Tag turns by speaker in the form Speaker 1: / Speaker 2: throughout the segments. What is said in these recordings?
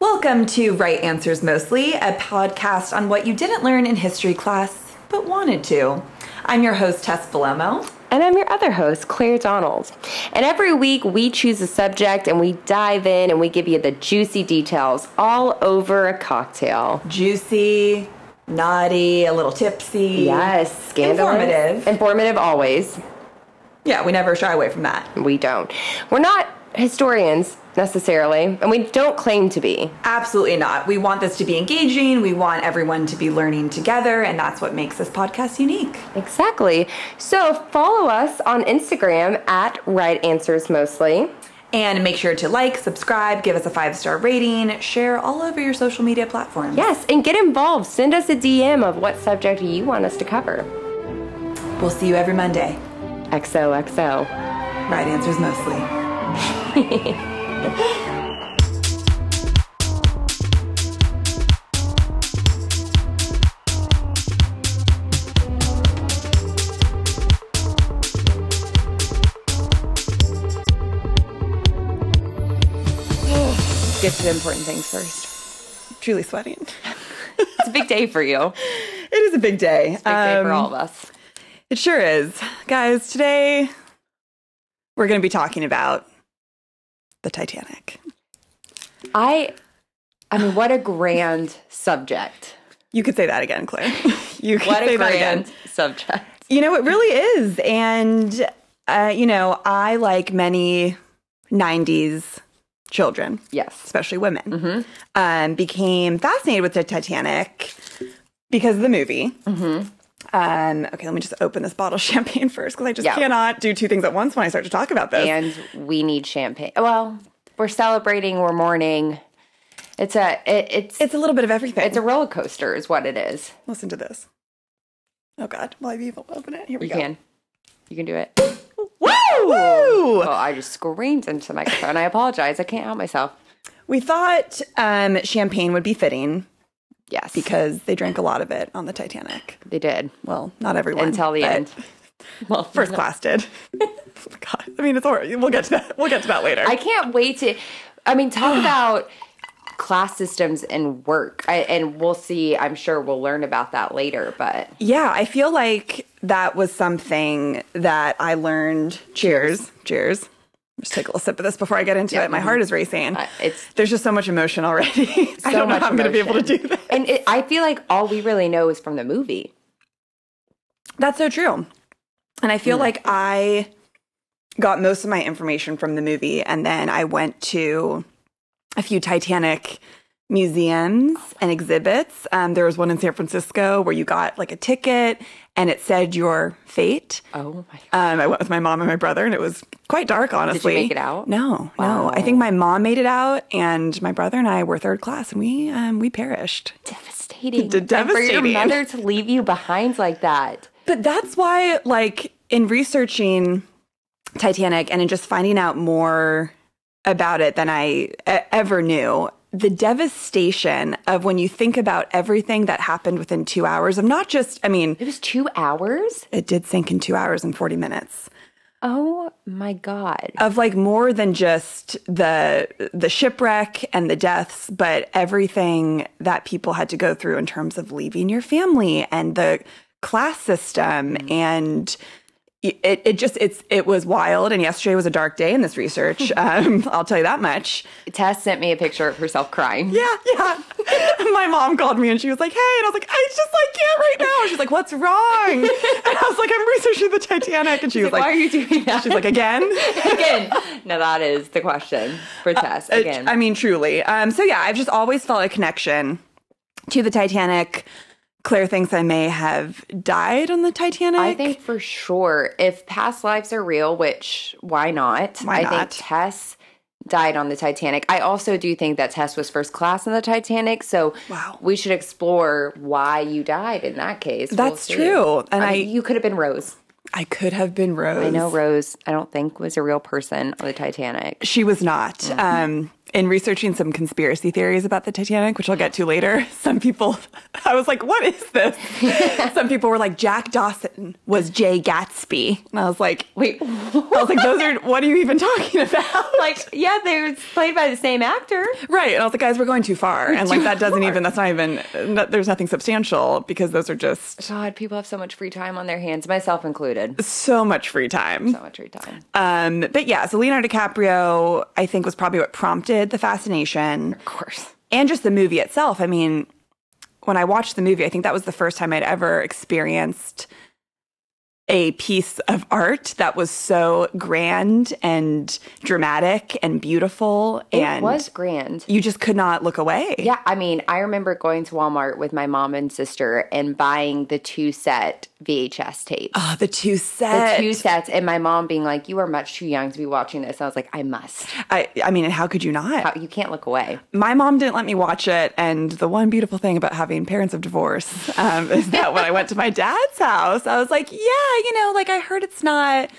Speaker 1: Welcome to Right Answers Mostly, a podcast on what you didn't learn in history class but wanted to. I'm your host, Tess Palomo.
Speaker 2: And I'm your other host, Claire Donald. And every week we choose a subject and we dive in and we give you the juicy details all over a cocktail.
Speaker 1: Juicy, naughty, a little tipsy.
Speaker 2: Yes, scandalous.
Speaker 1: Informative.
Speaker 2: Informative always.
Speaker 1: Yeah, we never shy away from that.
Speaker 2: We don't. We're not historians necessarily, and we don't claim to be.
Speaker 1: Absolutely not. We want this to be engaging. We want everyone to be learning together, and that's what makes this podcast unique.
Speaker 2: Exactly. So follow us on Instagram at Right Answers Mostly.
Speaker 1: And make sure to like, subscribe, give us a five star rating, share all over your social media platforms.
Speaker 2: Yes, and get involved. Send us a DM of what subject you want us to cover.
Speaker 1: We'll see you every Monday.
Speaker 2: XOXO.
Speaker 1: Right Answers Mostly.
Speaker 2: Get to the important things first.
Speaker 1: Truly sweating.
Speaker 2: It's a big day for you.
Speaker 1: It is a big day.
Speaker 2: Big day for
Speaker 1: Um,
Speaker 2: all of us.
Speaker 1: It sure is. Guys, today we're going to be talking about the Titanic.
Speaker 2: I I mean what a grand subject.
Speaker 1: You could say that again, Claire. You could
Speaker 2: What
Speaker 1: say
Speaker 2: a
Speaker 1: that again.
Speaker 2: grand subject.
Speaker 1: You know, it really is. And, uh, you know, I like many 90s children,
Speaker 2: Yes.
Speaker 1: especially women,
Speaker 2: Mm-hmm.
Speaker 1: um, became fascinated with the Titanic because of the movie.
Speaker 2: Mm-hmm.
Speaker 1: Um, okay, let me just open this bottle of champagne first because I just
Speaker 2: Yeah.
Speaker 1: cannot do two things at once when I start to talk about this.
Speaker 2: And we need champagne. Well, we're celebrating, we're mourning. It's a it, it's
Speaker 1: it's a little bit of everything.
Speaker 2: it's a roller coaster is what it is.
Speaker 1: Listen to this. Oh God, will I be able to open it? Here we
Speaker 2: You
Speaker 1: go.
Speaker 2: can. You can do it.
Speaker 1: Woo!
Speaker 2: Oh, I just screamed into the microphone. I apologize. I can't help myself.
Speaker 1: We thought um, champagne would be fitting
Speaker 2: Yes.
Speaker 1: because they drank a lot of it on the Titanic.
Speaker 2: they did.
Speaker 1: Well, not everyone
Speaker 2: Until the
Speaker 1: but
Speaker 2: end. Well,
Speaker 1: First class did. God, I mean, it's all right. We'll get to that. We'll get to that later.
Speaker 2: I can't wait to. I mean, talk about class systems and work, I, and we'll see. I'm sure we'll learn about that later. But
Speaker 1: yeah, I feel like that was something that I learned. Cheers, cheers. Just take a little sip of this before I get into it. My heart is racing.
Speaker 2: Uh, it's-
Speaker 1: there's just so much emotion already. I
Speaker 2: so
Speaker 1: don't know
Speaker 2: much
Speaker 1: how I'm going to be able to do
Speaker 2: emotion.
Speaker 1: that.
Speaker 2: and it, I feel like all we really know is from the movie.
Speaker 1: That's so true. And I feel like I got most of my information from the movie and then I went to a few Titanic museums and exhibits. Um, there was one in San Francisco where you got like a ticket and it said your fate.
Speaker 2: Oh my god!
Speaker 1: Um, I went with my mom and my brother, and it was quite dark, honestly.
Speaker 2: make it out?
Speaker 1: No, no. I think my mom made it out, and my brother and I were third class, and we um, we perished.
Speaker 2: Devastating.
Speaker 1: d-
Speaker 2: And for your
Speaker 1: devastating.
Speaker 2: mother to leave you behind like that.
Speaker 1: But that's why, like, in researching Titanic and in just finding out more about it than I e- ever knew, the devastation of when you think about everything that happened within two hours of not just, I mean,
Speaker 2: It was two hours.
Speaker 1: it did sink in two hours and 40 minutes
Speaker 2: Oh my god!
Speaker 1: of like more than just the the shipwreck and the deaths but everything that people had to go through in terms of leaving your family and the class system
Speaker 2: Mm-hmm.
Speaker 1: and it, it just it's it was wild and yesterday was a dark day in this research um, i'll tell you that much
Speaker 2: Tess sent me a picture of herself crying.
Speaker 1: yeah yeah my mom called me and she was like hey and i was like i just like can't right now she's like what's wrong and i was like i'm researching the titanic and she was
Speaker 2: Like, why are
Speaker 1: like
Speaker 2: you doing that?
Speaker 1: she's like again
Speaker 2: again. Now that is the question for Tess.
Speaker 1: Uh,
Speaker 2: Again,
Speaker 1: I mean, truly. Um, so yeah, I've just always felt a connection to the Titanic. Claire thinks I may have died on the Titanic.
Speaker 2: I think for sure, if past lives are real, which why not?
Speaker 1: Why
Speaker 2: I
Speaker 1: not?
Speaker 2: think Tess died on the Titanic. I also do think that Tess was first class on the Titanic, so
Speaker 1: Wow.
Speaker 2: we should explore why you died in that case. We'll
Speaker 1: That's
Speaker 2: see.
Speaker 1: true. And
Speaker 2: I
Speaker 1: I,
Speaker 2: mean, you could have been Rose.
Speaker 1: I could have been Rose.
Speaker 2: I know Rose. I don't think was a real person on the Titanic.
Speaker 1: She was not. Um, in researching some conspiracy theories about the Titanic, which I'll get to later, some people, I was like, what is this? some people were like, Jack Dawson was Jay Gatsby. And I was like,
Speaker 2: Wait,
Speaker 1: I was like, those are, what are you even talking about?
Speaker 2: like, yeah, they were played by the same actor.
Speaker 1: Right. And I was like, guys, we're going too far. And like, that doesn't even, that's not even, no- there's nothing substantial because those are just
Speaker 2: God, people have so much free time on their hands, myself included.
Speaker 1: so much free time.
Speaker 2: So much free time.
Speaker 1: Um, but yeah, so Leonardo DiCaprio, I think, was probably what prompted the fascination
Speaker 2: Of course.
Speaker 1: and just the movie itself. I mean, when I watched the movie, I think that was the first time I'd ever experienced a piece of art that was so grand and dramatic and beautiful.
Speaker 2: it
Speaker 1: and
Speaker 2: was grand.
Speaker 1: you just could not look away.
Speaker 2: Yeah, I mean, I remember going to Walmart with my mom and sister and buying the two set VHS tapes.
Speaker 1: Oh, the two
Speaker 2: the
Speaker 1: sets.
Speaker 2: two sets, and my mom being like, "You are much too young to be watching this." I was like, "I must.
Speaker 1: I, I mean, and how could you not?
Speaker 2: How- You can't look away."
Speaker 1: My mom didn't let me watch it. And the one beautiful thing about having parents of divorce um, is that when I went to my dad's house, I was like, yeah, you know, like I heard it's not,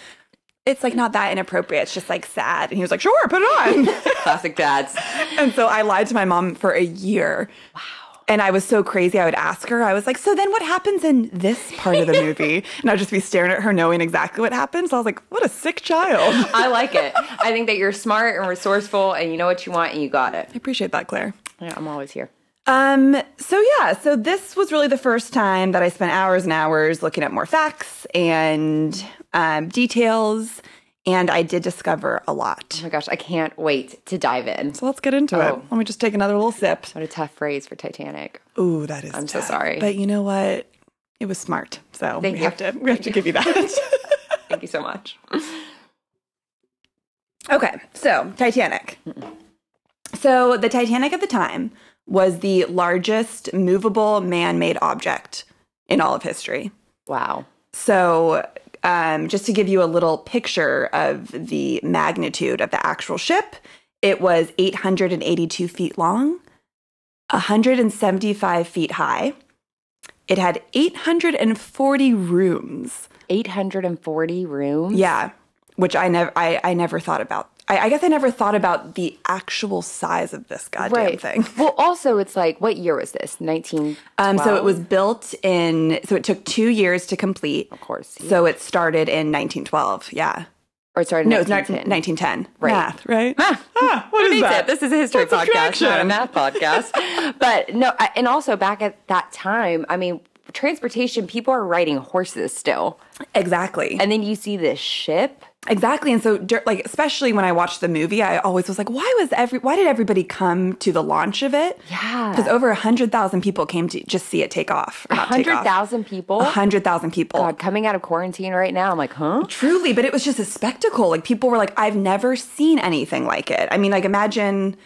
Speaker 1: it's like not that inappropriate. It's just like sad. And he was like, sure, put it on.
Speaker 2: Classic dads.
Speaker 1: and so I lied to my mom for a year. Wow. And I was so crazy. I would ask her, I was like, so then what happens in this part of the movie? and I'd just be staring at her, knowing exactly what happens. I was like, what a sick child.
Speaker 2: I like it. I think that you're smart and resourceful, and you know what you want, and you got it.
Speaker 1: I appreciate that, Claire.
Speaker 2: Yeah, I'm always here.
Speaker 1: Um, so yeah, so this was really the first time that I spent hours and hours looking at more facts and um, details, and I did discover a lot.
Speaker 2: Oh my gosh, I can't wait to dive in.
Speaker 1: So let's get into it. Let me just take another little sip.
Speaker 2: What a tough phrase for Titanic.
Speaker 1: Ooh, that is.
Speaker 2: I'm so
Speaker 1: tough.
Speaker 2: sorry.
Speaker 1: but you know what? It was smart, so
Speaker 2: Thank
Speaker 1: we
Speaker 2: you.
Speaker 1: have to we have to give you that.
Speaker 2: Thank you so much.
Speaker 1: okay, so Titanic. So the Titanic at the time was the largest movable man-made object in all of history.
Speaker 2: Wow.
Speaker 1: So, um, just to give you a little picture of the magnitude of the actual ship, it was 882 feet long, 175 feet high. It had 840 rooms.
Speaker 2: 840 rooms.
Speaker 1: Yeah, which I never, I, I never thought about. I, I guess I never thought about the actual size of this goddamn thing.
Speaker 2: Well, also, it's like, what year was this? 19.
Speaker 1: Um, so it was built in. So it took two years to complete.
Speaker 2: of course.
Speaker 1: So it started in 1912. Yeah.
Speaker 2: Or it started in
Speaker 1: No, it's
Speaker 2: 1910.
Speaker 1: 1910.
Speaker 2: Right.
Speaker 1: Math, right? Ah, what is
Speaker 2: That's
Speaker 1: that?
Speaker 2: it. This is a history
Speaker 1: That's
Speaker 2: podcast, not a
Speaker 1: attraction.
Speaker 2: math podcast. but no, I, and also back at that time, I mean, transportation, people are riding horses still.
Speaker 1: Exactly.
Speaker 2: And then you see this ship.
Speaker 1: Exactly. And so, dur- like, especially when I watched the movie, I always was like, why was every, why did everybody come to the launch of it?
Speaker 2: Yeah.
Speaker 1: Because over 100,000 people came to just see it take off. or not take off.
Speaker 2: 100,000 people.
Speaker 1: Oh, 100,000 people.
Speaker 2: God, coming out of quarantine right now, I'm like, huh?
Speaker 1: Truly, but it was just a spectacle. Like, people were like, I've never seen anything like it. I mean, like, imagine,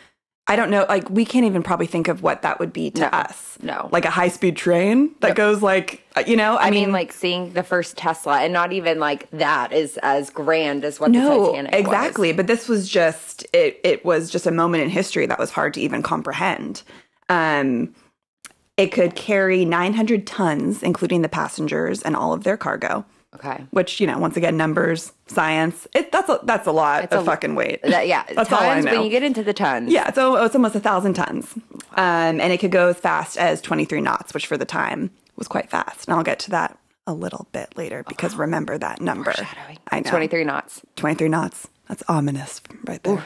Speaker 1: I don't know, like, we can't even probably think of what that would be to
Speaker 2: No.
Speaker 1: us.
Speaker 2: No.
Speaker 1: Like a high speed train that goes, like, uh, you know, I,
Speaker 2: I
Speaker 1: mean,
Speaker 2: mean, like seeing the first Tesla, and not even like that is as grand as what the
Speaker 1: No,
Speaker 2: Titanic was.
Speaker 1: exactly. But this was just it. It was just a moment in history that was hard to even comprehend. Um, it could carry 900 tons, including the passengers and all of their cargo.
Speaker 2: Okay.
Speaker 1: Which you know, once again, numbers, science. It, that's a, that's a lot
Speaker 2: It's
Speaker 1: of
Speaker 2: a-
Speaker 1: fucking weight.
Speaker 2: That, yeah,
Speaker 1: That's all I
Speaker 2: tons.
Speaker 1: know.
Speaker 2: When you get into the tons,
Speaker 1: yeah, so it's almost a thousand tons, um, and it could go as fast as 23 knots, which for the time was quite fast. And I'll get to that a little bit later because
Speaker 2: Uh-huh.
Speaker 1: remember that number. I know
Speaker 2: 23 knots.
Speaker 1: 23 knots. That's ominous right there.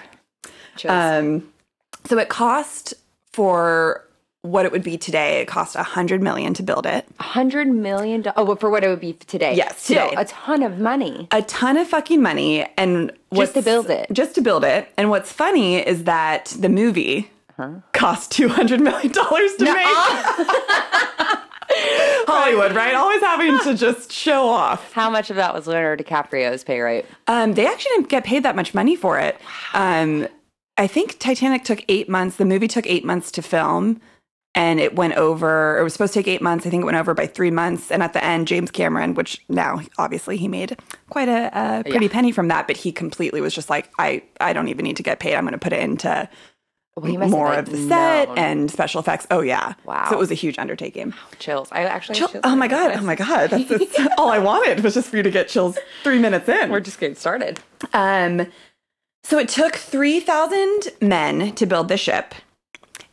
Speaker 2: Chills.
Speaker 1: Um, so it cost for what it would be today. It cost a hundred million to build it.
Speaker 2: hundred million dollars. Oh, well, for what it would be today.
Speaker 1: Yes,
Speaker 2: Still
Speaker 1: today.
Speaker 2: a ton of money.
Speaker 1: A ton of fucking money, and what's-
Speaker 2: to build it.
Speaker 1: Just to build it. And what's funny is that the movie cost two hundred million dollars to make. Hollywood, right? Always having to just show off.
Speaker 2: How much of that was Leonardo DiCaprio's pay rate?
Speaker 1: Um, they actually didn't get paid that much money for it. Um, I think Titanic took eight months. The movie took eight months to film, and it went over. It was supposed to take eight months. I think it went over by three months. And at the end, James Cameron, which now obviously he made quite a, a pretty penny from that, but he completely was just like, I, I don't even need to get paid. I'm going to put it into
Speaker 2: Well, he must have,
Speaker 1: more
Speaker 2: like,
Speaker 1: of the set
Speaker 2: known.
Speaker 1: and special effects. Oh yeah,
Speaker 2: Wow.
Speaker 1: So it was a huge undertaking.
Speaker 2: chills. I actually. have
Speaker 1: Chill-
Speaker 2: chills
Speaker 1: oh
Speaker 2: right
Speaker 1: my
Speaker 2: now.
Speaker 1: god, oh my god, that's, that's all I wanted was just for you to get chills three minutes in.
Speaker 2: We're just getting started.
Speaker 1: Um, So it took 3,000 men to build the ship,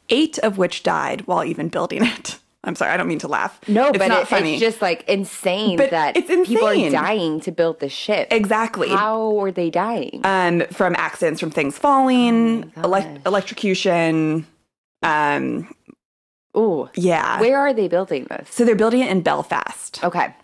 Speaker 1: eight of which died while even building it. I'm sorry, I don't mean to laugh.
Speaker 2: No, but
Speaker 1: not
Speaker 2: it- it's just like insane
Speaker 1: But
Speaker 2: that
Speaker 1: it's
Speaker 2: people are
Speaker 1: insane.
Speaker 2: dying to build the ship.
Speaker 1: exactly.
Speaker 2: How are they dying?
Speaker 1: um, from accidents, from things falling,
Speaker 2: Oh my
Speaker 1: elec- electrocution. Um,
Speaker 2: Ooh,
Speaker 1: yeah.
Speaker 2: where Oh. are they building this?
Speaker 1: So they're building it in Belfast,
Speaker 2: Okay,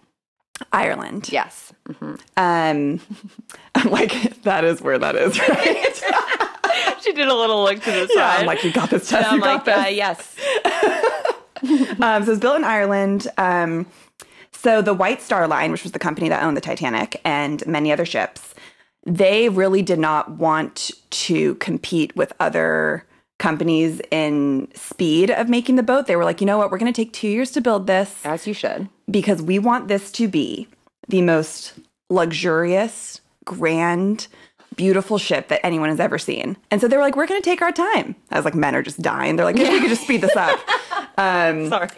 Speaker 1: Ireland.
Speaker 2: yes, Mhm.
Speaker 1: Um, I'm like, that is where that is, right?
Speaker 2: she did a little look to the side.
Speaker 1: yeah, I'm like, you got this,
Speaker 2: And
Speaker 1: Tess.
Speaker 2: I'm
Speaker 1: You got
Speaker 2: like,
Speaker 1: this.
Speaker 2: uh, yes,
Speaker 1: Um, so it's built in Ireland. Um, so the White Star Line, which was the company that owned the Titanic and many other ships, they really did not want to compete with other companies in speed of making the boat. They were like, you know what, we're going to take two years to build this
Speaker 2: as you should.
Speaker 1: because we want this to be the most luxurious, grand, beautiful ship that anyone has ever seen. And so they were like, we're going to take our time. I was like, men are just dying. They're like, if we could just speed this up.
Speaker 2: Sorry,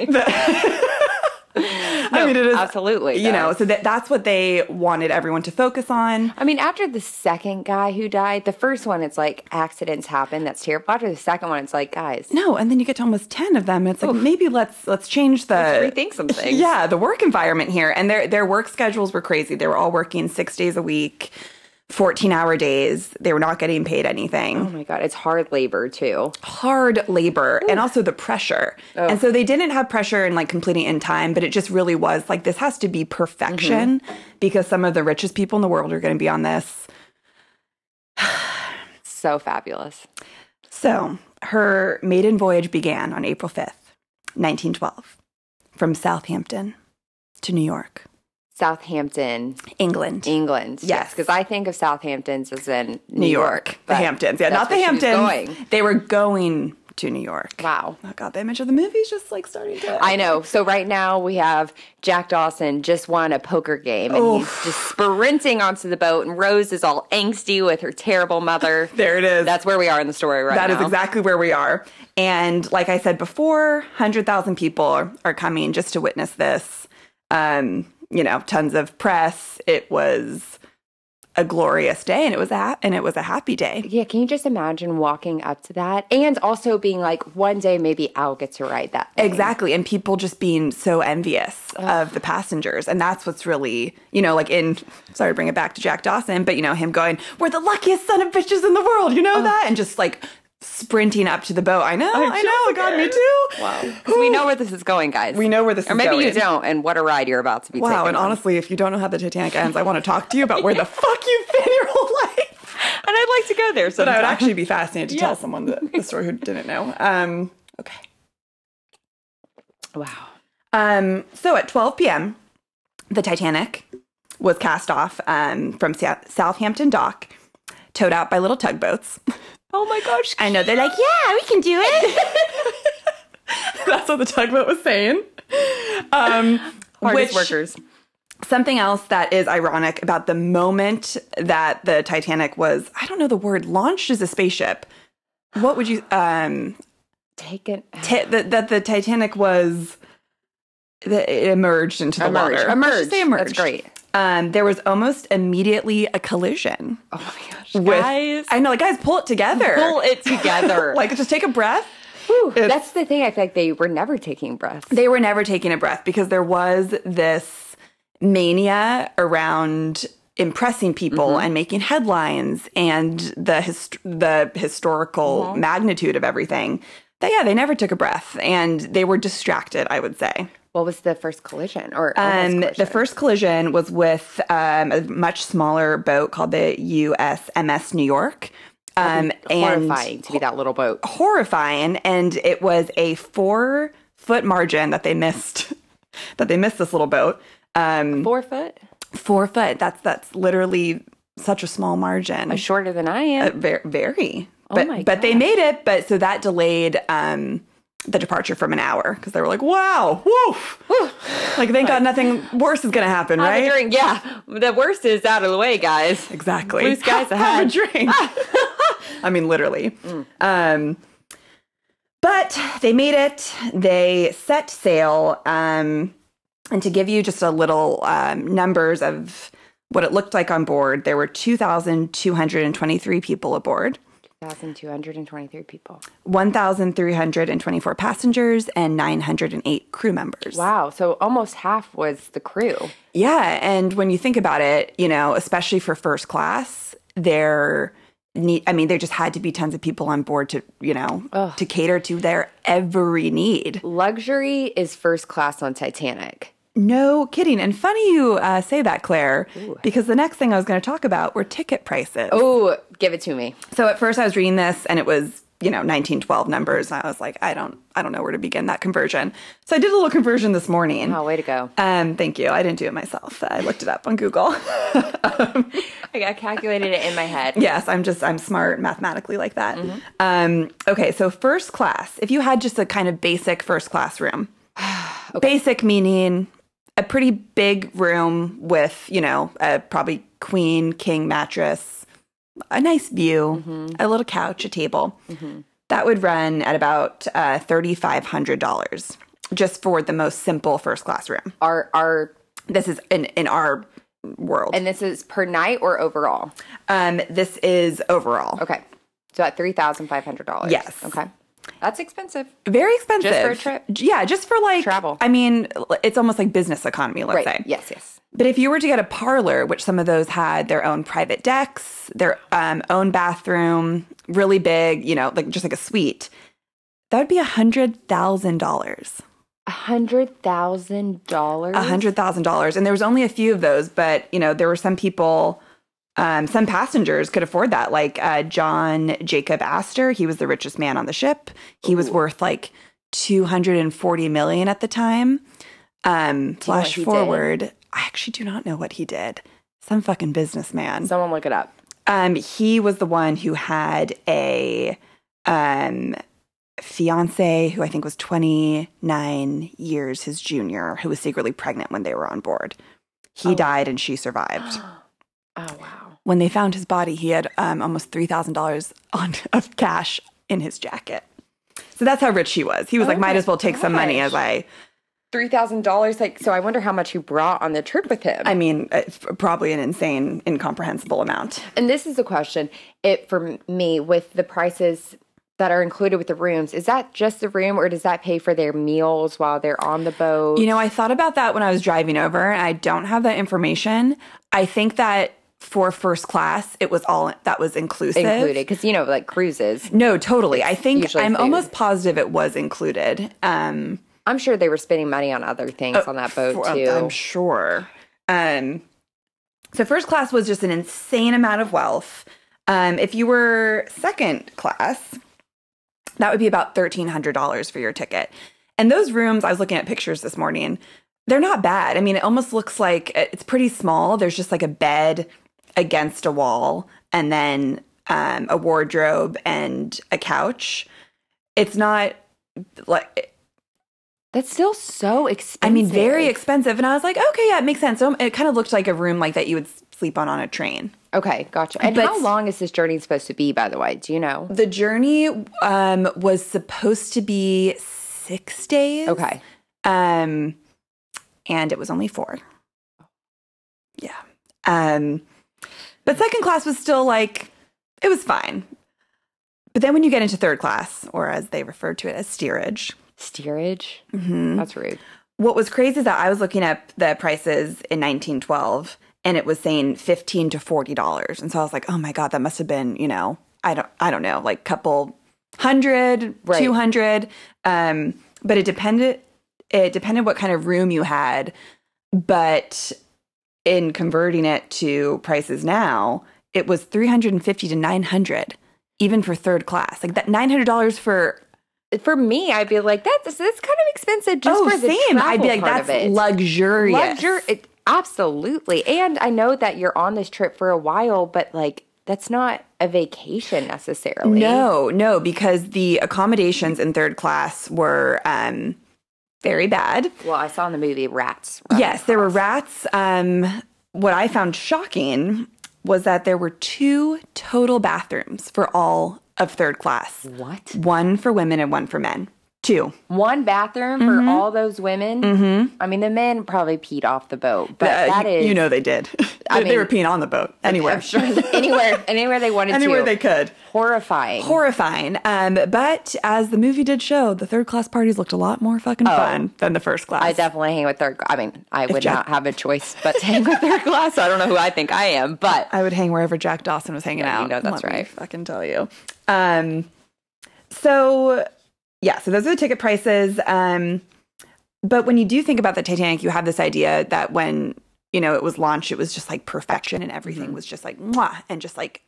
Speaker 1: I mean, it is
Speaker 2: absolutely.
Speaker 1: you
Speaker 2: though.
Speaker 1: know so that, that's what they wanted everyone to focus on
Speaker 2: I mean, after the second guy who died, the first one, it's like accidents happen. That's terrible. After the second one, it's like, guys,
Speaker 1: no and then you get to almost 10 of them and it's like maybe let's let's change the
Speaker 2: rethink some things.
Speaker 1: yeah the work environment here and their their work schedules were crazy they were all working six days a week 14 hour days they were not getting paid anything
Speaker 2: Oh my God, it's hard labor too.
Speaker 1: hard labor and also the pressure.
Speaker 2: Oh.
Speaker 1: And so they didn't have pressure in like completing in time, but it just really was like this has to be perfection
Speaker 2: Mm-hmm.
Speaker 1: because some of the richest people in the world are going to be on this.
Speaker 2: So fabulous.
Speaker 1: So her maiden voyage began on April 5th, 1912, from Southampton to New York,
Speaker 2: Southampton,
Speaker 1: England.
Speaker 2: England.
Speaker 1: Yes.
Speaker 2: because I think of Southamptons as in
Speaker 1: New York, the
Speaker 2: but
Speaker 1: Hamptons. Yeah,
Speaker 2: that's
Speaker 1: not the
Speaker 2: where she was
Speaker 1: Hamptons.
Speaker 2: going.
Speaker 1: They were going to New York.
Speaker 2: Wow.
Speaker 1: Oh god, the image of the movie is just like starting to
Speaker 2: I know. So right now we have Jack Dawson just won a poker game and he's just sprinting onto the boat, and Rose is all angsty with her terrible mother.
Speaker 1: There it is.
Speaker 2: That's where we are in the story right
Speaker 1: That is
Speaker 2: now.
Speaker 1: exactly where we are. And like I said before, 100,000 people are, are coming just to witness this. Um, you know, tons of press. It was a glorious day and it was a, and it was a happy day.
Speaker 2: Yeah, can you just imagine walking up to that and also being like, one day maybe I'll get to ride that. thing.
Speaker 1: Exactly. And people just being so envious of the passengers. And that's what's really, you know, like in, sorry to bring it back to Jack Dawson, but you know, him going, we're the luckiest son of bitches in the world. You know that? And just like sprinting up to the boat. I know, I, know. God, me too.
Speaker 2: Wow. 'Cause we know where this is going, guys.
Speaker 1: We know where this
Speaker 2: Or
Speaker 1: is
Speaker 2: maybe you
Speaker 1: going.
Speaker 2: don't, and what a ride you're about to be
Speaker 1: Wow,
Speaker 2: taken
Speaker 1: and
Speaker 2: on.
Speaker 1: honestly, if you don't know how the Titanic ends, I want to talk to you about where the fuck you've been your whole life.
Speaker 2: And I'd like to go there
Speaker 1: But I
Speaker 2: sometime.
Speaker 1: would actually be fascinated to
Speaker 2: Yeah.
Speaker 1: tell someone the, the story who didn't know. Um, okay.
Speaker 2: wow.
Speaker 1: Um, so at 12 p.m., the Titanic was cast off um, from Sa- Southampton Dock, towed out by little tugboats.
Speaker 2: Oh my gosh.
Speaker 1: I know they're like, yeah, we can do it. That's what the tugboat was saying. Um,
Speaker 2: Hardest
Speaker 1: which-
Speaker 2: workers.
Speaker 1: Something else that is ironic about the moment that the Titanic was, I don't know the word, launched as a spaceship. What would you, um,
Speaker 2: Take it.
Speaker 1: t- that, that the Titanic was, that it emerged into the
Speaker 2: Emerge.
Speaker 1: water.
Speaker 2: Emerge.
Speaker 1: Let's just Say emerged.
Speaker 2: That's great.
Speaker 1: Um, there was almost immediately a collision
Speaker 2: Oh my gosh.
Speaker 1: with,
Speaker 2: guys,
Speaker 1: I know, like, guys, pull it together.
Speaker 2: pull it together.
Speaker 1: Like, just take a breath.
Speaker 2: Whew,
Speaker 1: it's-
Speaker 2: that's the thing. I feel like they were never taking breaths.
Speaker 1: they were never taking a breath because there was this mania around impressing people
Speaker 2: Mm-hmm.
Speaker 1: and making headlines and the hist- the historical
Speaker 2: Mm-hmm.
Speaker 1: magnitude of everything. That yeah, they never took a breath and they were distracted. I would say.
Speaker 2: What was the first collision or almost
Speaker 1: Um,
Speaker 2: collision?
Speaker 1: the first collision was with um, a much smaller boat called the USMS New York. Um, and
Speaker 2: Oh, horrifying to be that little boat.
Speaker 1: horrifying and it was a four foot margin that they missed that they missed this little boat um
Speaker 2: Four foot.
Speaker 1: four foot that's that's literally such a small margin
Speaker 2: Shorter than I am.
Speaker 1: very, very.
Speaker 2: Oh
Speaker 1: but
Speaker 2: my
Speaker 1: but they made it but so that delayed um the departure from an hour because they were like wow woof like thank god nothing worse is gonna happen
Speaker 2: Have a
Speaker 1: right
Speaker 2: drink. Yeah. The worst is out of the way, guys.
Speaker 1: Exactly.
Speaker 2: Blue skies
Speaker 1: Have
Speaker 2: ahead.
Speaker 1: a drink. I mean, literally. Um, but they made it. They set sail. Um, and to give you just a little um, numbers of what it looked like on board, there were 2,223 people aboard,
Speaker 2: 1,223 people.
Speaker 1: 1,324 passengers, and 908 crew members.
Speaker 2: Wow. So almost half was the crew.
Speaker 1: Yeah. And when you think about it, you know, especially for first class, there need I mean, there just had to be tons of people on board to, you know,
Speaker 2: Ugh.
Speaker 1: to cater to their every need.
Speaker 2: Luxury is first class on Titanic.
Speaker 1: No kidding. And funny you uh, say that, Claire, because the next thing I was going to talk about were ticket prices.
Speaker 2: Oh, give it to me.
Speaker 1: So at first I was reading this and it was, you know, 1912 numbers and I was like, I don't I don't know where to begin that conversion. So I did a little conversion this morning.
Speaker 2: Oh, way to go.
Speaker 1: Um, thank you. I didn't do it myself. I looked it up on Google.
Speaker 2: I got calculated it in my head.
Speaker 1: yes, I'm just I'm smart mathematically like that. Um, okay, so first class. If you had just a kind of basic first class room, basic meaning a pretty big room with you know a probably queen king mattress, a nice view, a little couch, a table. That would run at about uh, thirty five hundred dollars just for the most simple first class room.
Speaker 2: Our our
Speaker 1: This is in in our world.
Speaker 2: and this is per night or overall.
Speaker 1: um, this is overall.
Speaker 2: Okay. So at three thousand five hundred dollars.
Speaker 1: Yes.
Speaker 2: Okay. That's expensive.
Speaker 1: Very expensive.
Speaker 2: Just for a trip?
Speaker 1: J- Yeah, just for like
Speaker 2: Travel.
Speaker 1: I mean, l- it's almost like business economy, let's
Speaker 2: Right.
Speaker 1: say.
Speaker 2: Yes, yes.
Speaker 1: But if you were to get a parlor, which some of those had their own private decks, their um, own bathroom, really big, you know, like just like a suite, that would be a hundred thousand dollars.
Speaker 2: A hundred thousand dollars.
Speaker 1: A hundred thousand dollars, and there was only a few of those, but you know, there were some people. Um, some passengers could afford that, like uh, John Jacob Astor. He was the richest man on the ship. He was worth like two hundred and forty million at the time. Um,
Speaker 2: you know what
Speaker 1: flash
Speaker 2: he did?
Speaker 1: forward, I actually do not know what he did. Some fucking businessman.
Speaker 2: Someone look it up.
Speaker 1: Um, he was the one who had a um, fiance who I think was 29 years his junior, who was secretly pregnant when they were on board. He
Speaker 2: Oh.
Speaker 1: died and she survived.
Speaker 2: Oh wow.
Speaker 1: when they found his body, he had um, almost $3,000 on of cash in his jacket. So that's how rich he was. He was
Speaker 2: Oh
Speaker 1: like, might
Speaker 2: my
Speaker 1: as well take some money
Speaker 2: gosh.
Speaker 1: as I,
Speaker 2: Three thousand dollars, like so I wonder how much he brought on the trip with him.
Speaker 1: I mean, it's probably an insane, incomprehensible amount.
Speaker 2: And this is a question it for me with the prices that are included with the rooms. Is that just the room or does that pay for their meals while they're on the boat?
Speaker 1: You know, I thought about that when I was driving over, and I don't have that information. I think that for first class, it was all that was inclusive.
Speaker 2: included because you know like cruises.
Speaker 1: No, totally. I think
Speaker 2: usually
Speaker 1: I'm
Speaker 2: food.
Speaker 1: almost positive it was included. Um,
Speaker 2: I'm sure they were spending money on other things on that boat
Speaker 1: Oh, for- um,
Speaker 2: too.
Speaker 1: I'm sure. Um, so first class was just an insane amount of wealth. Um, if you were second class, that would be about thirteen hundred dollars for your ticket. And those rooms, I was looking at pictures this morning. They're not bad. I mean, it almost looks like uh, it's pretty small. There's just like a bed against a wall, and then um, a wardrobe and a couch. It's not like
Speaker 2: That's still so expensive.
Speaker 1: I mean, very expensive. And I was like, okay, yeah, it makes sense. So it kind of looked like a room like that you would sleep on on a train.
Speaker 2: okay, gotcha. And
Speaker 1: But-
Speaker 2: how long is this journey supposed to be? By the way, do you know?
Speaker 1: The journey um, was supposed to be six days.
Speaker 2: Okay,
Speaker 1: Um, and it was only four. Yeah. Um, but second class was still like, it was fine. But then when you get into third class, or as they refer to it as steerage,
Speaker 2: steerage.
Speaker 1: mhm,
Speaker 2: That's rude.
Speaker 1: what was crazy is that I was looking up the prices in 1912 and it was saying 15 to 40 dollars and so I was like oh my god that must have been you know I don't I don't know like couple hundred
Speaker 2: Right.
Speaker 1: 200 um but it depended it depended what kind of room you had but in converting it to prices now it was 350 to 900 even for third class like that $900 for
Speaker 2: For me, I'd be like, that's that's kind of expensive just for the
Speaker 1: Oh, same I'd
Speaker 2: travel
Speaker 1: be like
Speaker 2: part of
Speaker 1: that's
Speaker 2: it.
Speaker 1: luxurious
Speaker 2: Luxury, it, e, absolutely. And I know that you're on this trip for a while, but like that's not a vacation necessarily.
Speaker 1: No, no, because the accommodations in third class were um, very bad.
Speaker 2: Well, I saw in the movie Rats.
Speaker 1: Yes, there were rats. Um, what I found shocking was that there were two total bathrooms for all of third class
Speaker 2: What?
Speaker 1: one for women and one for men. Two.
Speaker 2: One bathroom for all those women. Mm-hmm. I mean, the men probably peed off the boat, but
Speaker 1: Uh,
Speaker 2: that
Speaker 1: you-
Speaker 2: is
Speaker 1: you know they did.
Speaker 2: I
Speaker 1: they were
Speaker 2: mean-
Speaker 1: peeing on the boat anywhere,
Speaker 2: I'm sure anywhere, anywhere they wanted
Speaker 1: anywhere
Speaker 2: to.
Speaker 1: they could.
Speaker 2: horrifying.
Speaker 1: Horrifying. Um, but as the movie did show, the third class parties looked a lot more fucking fun than the first class.
Speaker 2: Oh, I definitely hang with third. I mean, I would
Speaker 1: Jack-
Speaker 2: not have a choice but to hang with third class. I don't know who I think I am, but
Speaker 1: I would hang wherever Jack Dawson was hanging
Speaker 2: Yeah,
Speaker 1: out.
Speaker 2: you know that's
Speaker 1: Let me
Speaker 2: right.
Speaker 1: fucking tell you. Um, so yeah, so those are the ticket prices. Um, but when you do think about the Titanic, you have this idea that when you know it was launched, it was just like perfection, and everything
Speaker 2: Mm-hmm.
Speaker 1: was just like mwah, and just like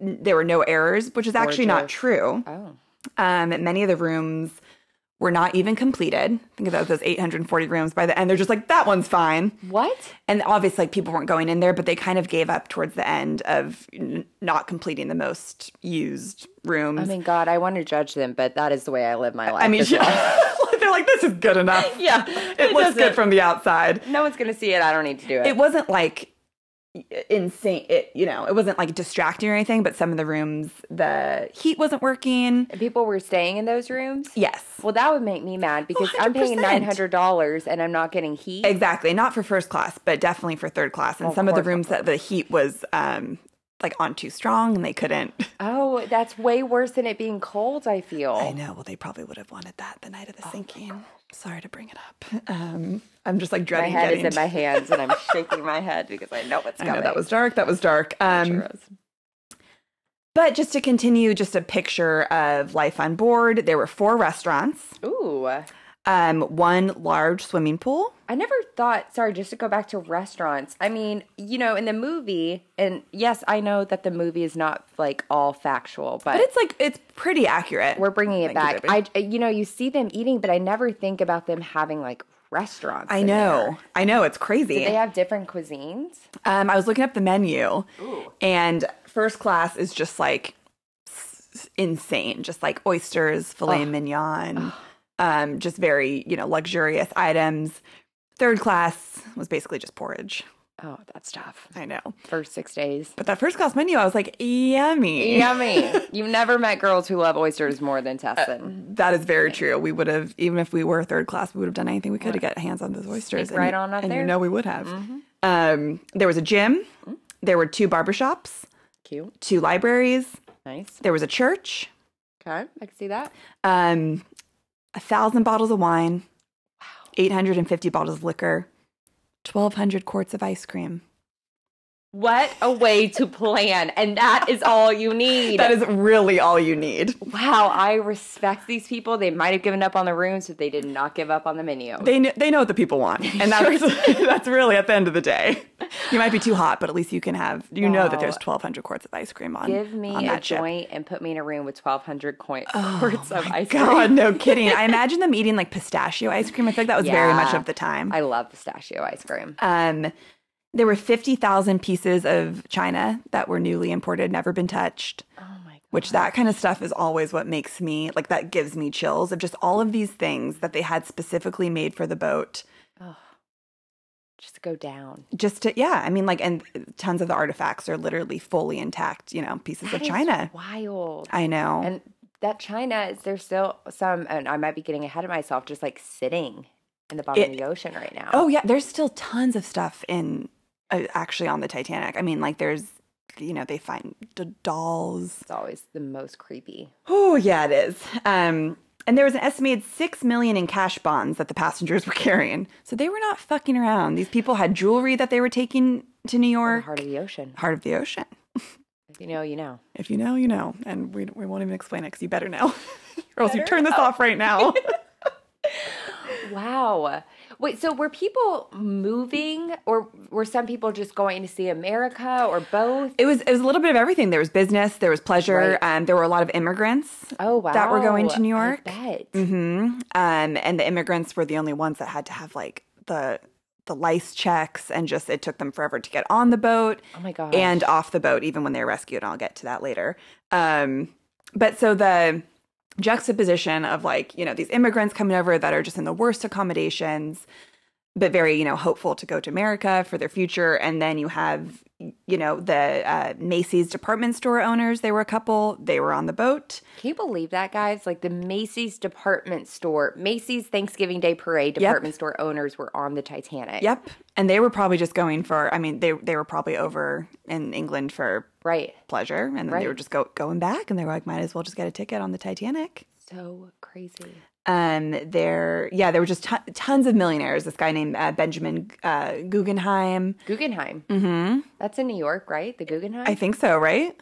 Speaker 1: n- there were no errors, which is actually not
Speaker 2: Gorgeous.
Speaker 1: true.
Speaker 2: oh,
Speaker 1: Um, many of the rooms were not even completed. Think about those 840 rooms. By the end, they're just like that one's fine
Speaker 2: what?
Speaker 1: and obviously like people weren't going in there but they kind of gave up towards the end of n- not completing the most used rooms
Speaker 2: I mean, God, I want to judge them, but that is the way I live my life.
Speaker 1: I mean,
Speaker 2: as well.
Speaker 1: yeah. they're like this is good enough
Speaker 2: yeah,
Speaker 1: it, looks
Speaker 2: doesn't-
Speaker 1: good from the outside
Speaker 2: No one's gonna see it. I don't need to do it.
Speaker 1: it wasn't like insane it you know it wasn't like distracting or anything but some of the rooms the heat wasn't working
Speaker 2: And People were staying in those rooms.
Speaker 1: yes
Speaker 2: Well, that would make me
Speaker 1: Oh,
Speaker 2: mad because i am paying nine
Speaker 1: 100%.
Speaker 2: hundred dollars and I'm not getting heat.
Speaker 1: exactly not for first class but definitely for third class and
Speaker 2: Of
Speaker 1: some of the
Speaker 2: course, of
Speaker 1: rooms that the heat was um like on too strong and they couldn't
Speaker 2: Oh, that's way worse than it being cold. I feel.
Speaker 1: I know. Well, they probably would have wanted that the night of
Speaker 2: Oh,
Speaker 1: the sinking. Sorry to bring it up. Um, I'm just like
Speaker 2: my
Speaker 1: dreading
Speaker 2: head
Speaker 1: getting.
Speaker 2: is in my hands and I'm shaking my head because I know what's
Speaker 1: I
Speaker 2: coming.
Speaker 1: know that was dark. That was dark. Um,
Speaker 2: Sure is.
Speaker 1: but just to continue, just a picture of life on board. There were four restaurants,
Speaker 2: Ooh,
Speaker 1: um, one large swimming pool.
Speaker 2: I never thought. Sorry, just to go back to restaurants. I mean, you know, in the movie, and yes, I know that the movie is not like all factual, but,
Speaker 1: But it's like it's pretty accurate.
Speaker 2: we're bringing it
Speaker 1: Thank you,
Speaker 2: back. I, you know, you see them eating, but I never think about them having like restaurants.
Speaker 1: I
Speaker 2: in there.
Speaker 1: know. I know. It's crazy.
Speaker 2: Do they have different cuisines?
Speaker 1: Um, I was looking up the menu, and first class is just like s- insane, just like oysters, filet mignon, um, just very you know luxurious items. Third class was basically just porridge.
Speaker 2: Oh, that's tough.
Speaker 1: I know,
Speaker 2: First six days.
Speaker 1: but that first class menu, I was like, yummy.
Speaker 2: Yummy. Uh, mm-hmm. You've never met girls who love oysters more than Tessin.
Speaker 1: That is very true. We would have, even if we were third class, we would have done anything we could to get hands on those oysters.
Speaker 2: right on up
Speaker 1: and
Speaker 2: there. Mm-hmm.
Speaker 1: you know we would have. Um, there was a gym. There were two barbershops,
Speaker 2: Cute.
Speaker 1: two libraries.
Speaker 2: Nice.
Speaker 1: There was a church.
Speaker 2: Okay. I can see that.
Speaker 1: um, a thousand bottles of wine, 850 bottles of liquor, 1,200 quarts of ice cream.
Speaker 2: What a way to plan. And that is all you need.
Speaker 1: That is really all you need.
Speaker 2: wow. I respect these people. They might have given up on the rooms, but they did not give up on the menu.
Speaker 1: They know, they know what the people want, and that's that's really at the end of the day. You might be too hot, but at least you can have you know that there's 1,200 quarts of ice cream on.
Speaker 2: Give me
Speaker 1: on
Speaker 2: a
Speaker 1: that chip.
Speaker 2: joint and put me in a room with 1,200 coin- quarts of ice
Speaker 1: God,
Speaker 2: cream.
Speaker 1: no kidding. I imagine them eating like pistachio ice cream. I feel like that was very much
Speaker 2: Yeah.
Speaker 1: of the time.
Speaker 2: I love pistachio ice cream.
Speaker 1: Um, there were 50,000 pieces of china that were newly imported, never been touched.
Speaker 2: Oh my God.
Speaker 1: which that kind of stuff is always what makes me like that gives me chills of just all of these things that they had specifically made for the boat
Speaker 2: Just go down.
Speaker 1: just to yeah i mean like and tons of the artifacts are literally fully intact you know pieces
Speaker 2: That
Speaker 1: of
Speaker 2: is
Speaker 1: china
Speaker 2: wild.
Speaker 1: i know
Speaker 2: And that china is there's still some, and I might be getting ahead of myself, just like sitting in the bottom of
Speaker 1: It-
Speaker 2: the ocean right now.
Speaker 1: oh yeah there's still tons of stuff in uh, actually on the titanic i mean like there's you know they find d- dolls
Speaker 2: It's always the most creepy.
Speaker 1: oh yeah it is um and there was an estimated six million in cash bonds that the passengers were carrying. So they were not fucking around. These people had jewelry that they were taking to New
Speaker 2: The
Speaker 1: York.
Speaker 2: heart of the ocean.
Speaker 1: Heart of the Ocean.
Speaker 2: If you know, you know.
Speaker 1: If you know, you know. And we, we won't even explain it because you better know. or else you turn this off right now.
Speaker 2: Wow. Wait, so were people moving or were some people just going to see America or both?
Speaker 1: it was it was a little bit of everything. There was business, there was pleasure,
Speaker 2: Right.
Speaker 1: um, there were a lot of immigrants.
Speaker 2: Oh, wow.
Speaker 1: That were going to New
Speaker 2: I
Speaker 1: York?
Speaker 2: bet.
Speaker 1: hmm Um, and the immigrants were the only ones that had to have like the the lice checks and just it took them forever to get on the boat
Speaker 2: Oh my God.
Speaker 1: and off the boat, even when they were rescued. And I'll get to that later. Um, but so the juxtaposition of like, you know, these immigrants coming over that are just in the worst accommodations, but very you know hopeful to go to America for their future. And then you have you know the uh, Macy's department store owners. They were a couple. They were on the boat.
Speaker 2: Can you believe that, guys? Like the Macy's department store, Macy's Thanksgiving Day Parade department store owners were on the Titanic.
Speaker 1: Yep, and they were probably just going for. I mean, they they were probably over in England for
Speaker 2: Right.
Speaker 1: pleasure, and then they
Speaker 2: Right.
Speaker 1: were just go, going back, and they were like, might as well just get a ticket on the Titanic.
Speaker 2: So crazy.
Speaker 1: Um, there, yeah, there were just ton tons of millionaires. This guy named uh, Benjamin uh, Guggenheim.
Speaker 2: Guggenheim.
Speaker 1: Mm-hmm.
Speaker 2: That's in New York, right? The Guggenheim.
Speaker 1: I think so, right?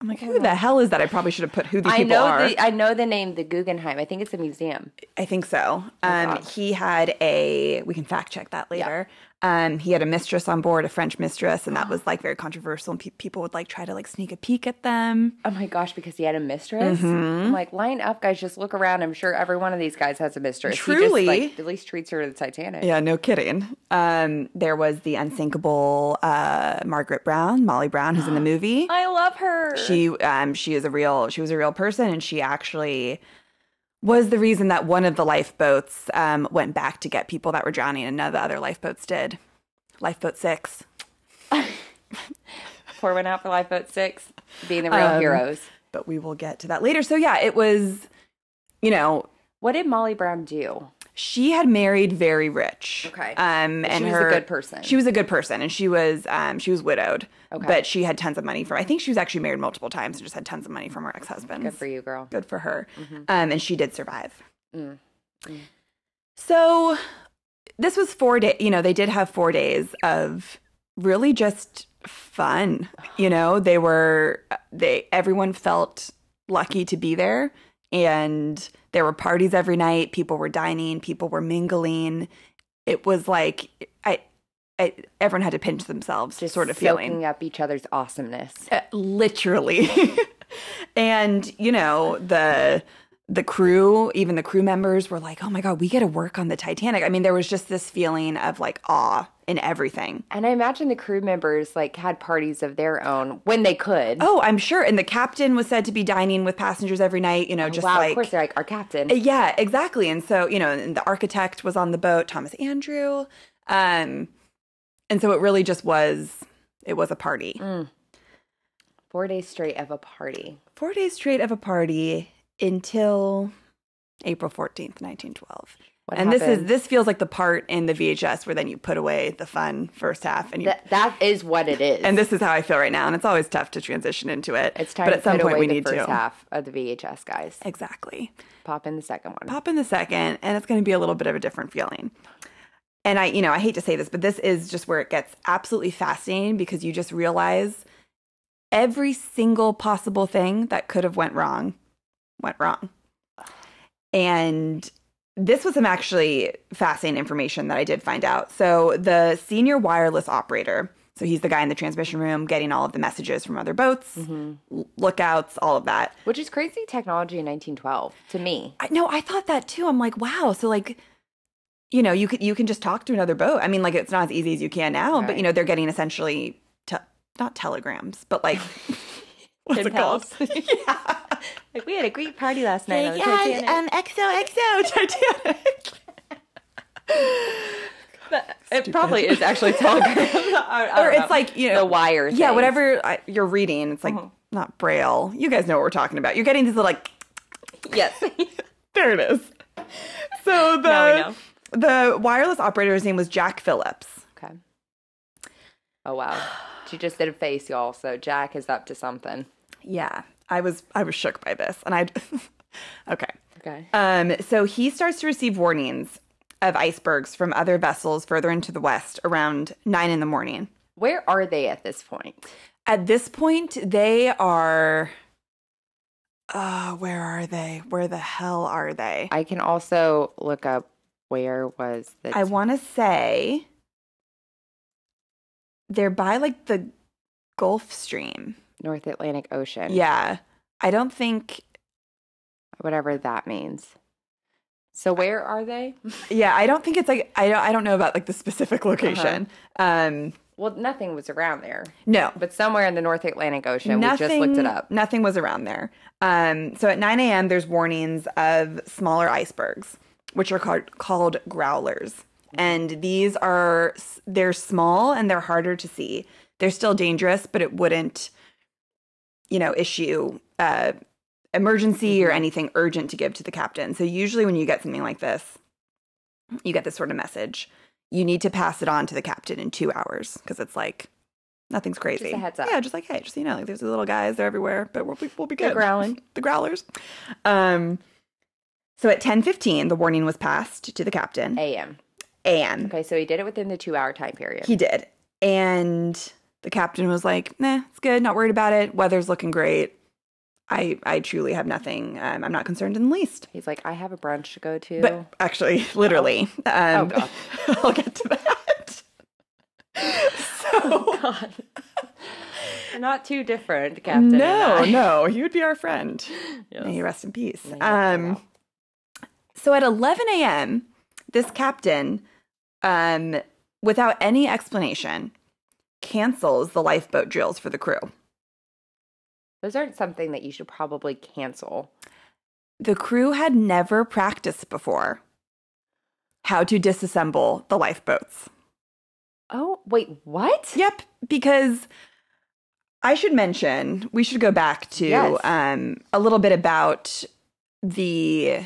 Speaker 1: I'm like, who the hell is that? I probably should have put who these
Speaker 2: I
Speaker 1: people
Speaker 2: know
Speaker 1: are.
Speaker 2: the I know the name, the Guggenheim. I think it's a museum.
Speaker 1: I think so. Um,
Speaker 2: Oh, gosh.
Speaker 1: he had a. We can fact check that later. Um, he had a mistress on board, a French mistress, and that was like very controversial. And pe- people would like try to like sneak a peek at them.
Speaker 2: Oh my gosh, because he had a mistress.
Speaker 1: Mm-hmm.
Speaker 2: I'm like, line up, guys. Just look around. I'm sure every one of these guys has a mistress.
Speaker 1: Truly.
Speaker 2: he just, like, at least treats her to the Titanic.
Speaker 1: Yeah, no kidding. Um, there was the unsinkable uh, Margaret Brown, Molly Brown, who's in the movie.
Speaker 2: I love her.
Speaker 1: She um, she is a real she was a real person, and she actually was the reason that one of the lifeboats um, went back to get people that were drowning, and none of the other lifeboats did. Lifeboat six.
Speaker 2: Pour one out for Lifeboat Six, being the real
Speaker 1: Um,
Speaker 2: heroes.
Speaker 1: but we will get to that later. So yeah, it was, you know,
Speaker 2: What did Molly Brown do?
Speaker 1: she had married very rich.
Speaker 2: Okay.
Speaker 1: Um,
Speaker 2: But she
Speaker 1: and
Speaker 2: was a
Speaker 1: her-
Speaker 2: good person.
Speaker 1: She was a good person, and she was um she was widowed.
Speaker 2: Okay.
Speaker 1: But she had tons of money from. I think she was actually married multiple times and just had tons of money from her ex husband.
Speaker 2: Good for you, girl.
Speaker 1: Good for her. Um, and she did survive.
Speaker 2: Mm-hmm. Mm. Mm.
Speaker 1: So this was four days. You know, they did have four days of really just fun. You know, they were they everyone felt lucky to be there, and there were parties every night. People were dining. People were mingling. It was like I, I everyone had to pinch themselves,
Speaker 2: Just
Speaker 1: sort of
Speaker 2: soaking
Speaker 1: feeling
Speaker 2: up each other's awesomeness.
Speaker 1: Uh, literally. and you know the the crew, even the crew members were like, "Oh my god, we get to work on the Titanic." I mean, there was just this feeling of like awe in everything.
Speaker 2: And I imagine the crew members like had parties of their own when they could.
Speaker 1: Oh, I'm sure. And the captain was said to be dining with passengers every night. You know, just
Speaker 2: Oh, wow,
Speaker 1: like
Speaker 2: of course they're like our captain.
Speaker 1: yeah, exactly. And so you know, and the architect was on the boat, Thomas Andrew, um, and so it really just was. It was a party.
Speaker 2: Four days straight of a party.
Speaker 1: Four days straight of a party until April 14th, 1912.
Speaker 2: What
Speaker 1: and this is
Speaker 2: happened?
Speaker 1: this feels like the part in the VHS where then you put away the fun first half and you
Speaker 2: That that is what it is.
Speaker 1: and this is how I feel right now and it's always tough to transition into it.
Speaker 2: it's time
Speaker 1: but
Speaker 2: to
Speaker 1: at some
Speaker 2: put
Speaker 1: point
Speaker 2: away
Speaker 1: we
Speaker 2: the
Speaker 1: need
Speaker 2: first
Speaker 1: to.
Speaker 2: half of the VHS guys.
Speaker 1: Exactly.
Speaker 2: Pop in the second one.
Speaker 1: Pop in the second and it's going to be a little bit of a different feeling. And I you know, I hate to say this, but this is just where it gets absolutely fascinating because you just realize every single possible thing that could have went wrong went wrong. And this was some actually fascinating information that I did find out. So the senior wireless operator, so he's the guy in the transmission room getting all of the messages from other boats, l- lookouts, all of that.
Speaker 2: Which is crazy technology in 1912 to me.
Speaker 1: I no, I thought that too. I'm like, wow. So like, you know, you could you can just talk to another boat. I mean, like it's not as easy as you can now, but
Speaker 2: Right.
Speaker 1: you know, they're getting essentially te- not telegrams, but like what's it called?
Speaker 2: Impels. Like we had a great party last night. on the Titanic.
Speaker 1: um, XOXO Titanic.
Speaker 2: it probably is actually telegram. I- I
Speaker 1: or
Speaker 2: don't
Speaker 1: it's
Speaker 2: know. Uh-huh.
Speaker 1: like you know
Speaker 2: the wire.
Speaker 1: Yeah,
Speaker 2: thing.
Speaker 1: whatever I, you're reading, it's like not braille. You guys know what we're talking about. You're getting these little like
Speaker 2: Yes.
Speaker 1: there it is. So the
Speaker 2: Now we know.
Speaker 1: the wireless operator's name was Jack Phillips.
Speaker 2: okay. Oh wow, she just did a face, y'all. So Jack is up to something.
Speaker 1: Yeah, I was I was shook by this, and I okay.
Speaker 2: Okay.
Speaker 1: Um, so he starts to receive warnings of icebergs from other vessels further into the west around nine in the morning.
Speaker 2: Where are they at this point?
Speaker 1: At this point, they are. Uh, where are they? Where the hell are they?
Speaker 2: I can also look up where was the.
Speaker 1: I want to say they're by like the Gulf Stream.
Speaker 2: North Atlantic Ocean.
Speaker 1: Yeah, I don't think
Speaker 2: Whatever that means. So where are they?
Speaker 1: Yeah, I don't think it's like I don't I don't know about like the specific location. Um
Speaker 2: Well, nothing was around there,
Speaker 1: no.
Speaker 2: but somewhere in the North Atlantic Ocean. We just looked it up.
Speaker 1: Nothing was around there. Um so at 9 a.m. there's warnings of smaller icebergs, which are called called growlers. And these are they're small and they're harder to see. They're still dangerous, but it wouldn't you know, issue uh emergency
Speaker 2: Mm-hmm.
Speaker 1: or anything urgent to give to the captain. So usually when you get something like this, you get this sort of message. You need to pass it on to the captain in 2 hours because it's like nothing's crazy.
Speaker 2: Just a heads up.
Speaker 1: Yeah, just like hey, just so you know, like there's the little guys, they're everywhere, but we'll be, we'll be good.
Speaker 2: They're growling.
Speaker 1: the growlers. Um so at 10:15 the warning was passed to the captain
Speaker 2: AM.
Speaker 1: and
Speaker 2: Okay, so he did it within the two hour time period.
Speaker 1: he did. And the captain was like, "Nah, it's good. Not worried about it. Weather's looking great. I I truly have nothing. Um, I'm not concerned in the least."
Speaker 2: He's like, I have a brunch to go to.
Speaker 1: But actually, literally, um,
Speaker 2: Oh. God.
Speaker 1: I'll get to that. so
Speaker 2: God. We're not too different, Captain. and
Speaker 1: no,
Speaker 2: I.
Speaker 1: no, he would be our friend. May he rest in peace. Um, so at 11 a.m., this captain, um, without any explanation, cancels the lifeboat drills for the crew.
Speaker 2: Those aren't something that you should probably cancel.
Speaker 1: The crew had never practiced before how to disassemble the lifeboats.
Speaker 2: Oh, wait, what?
Speaker 1: Yep, because I should mention, we should go back to
Speaker 2: Yes.
Speaker 1: um, a little bit about the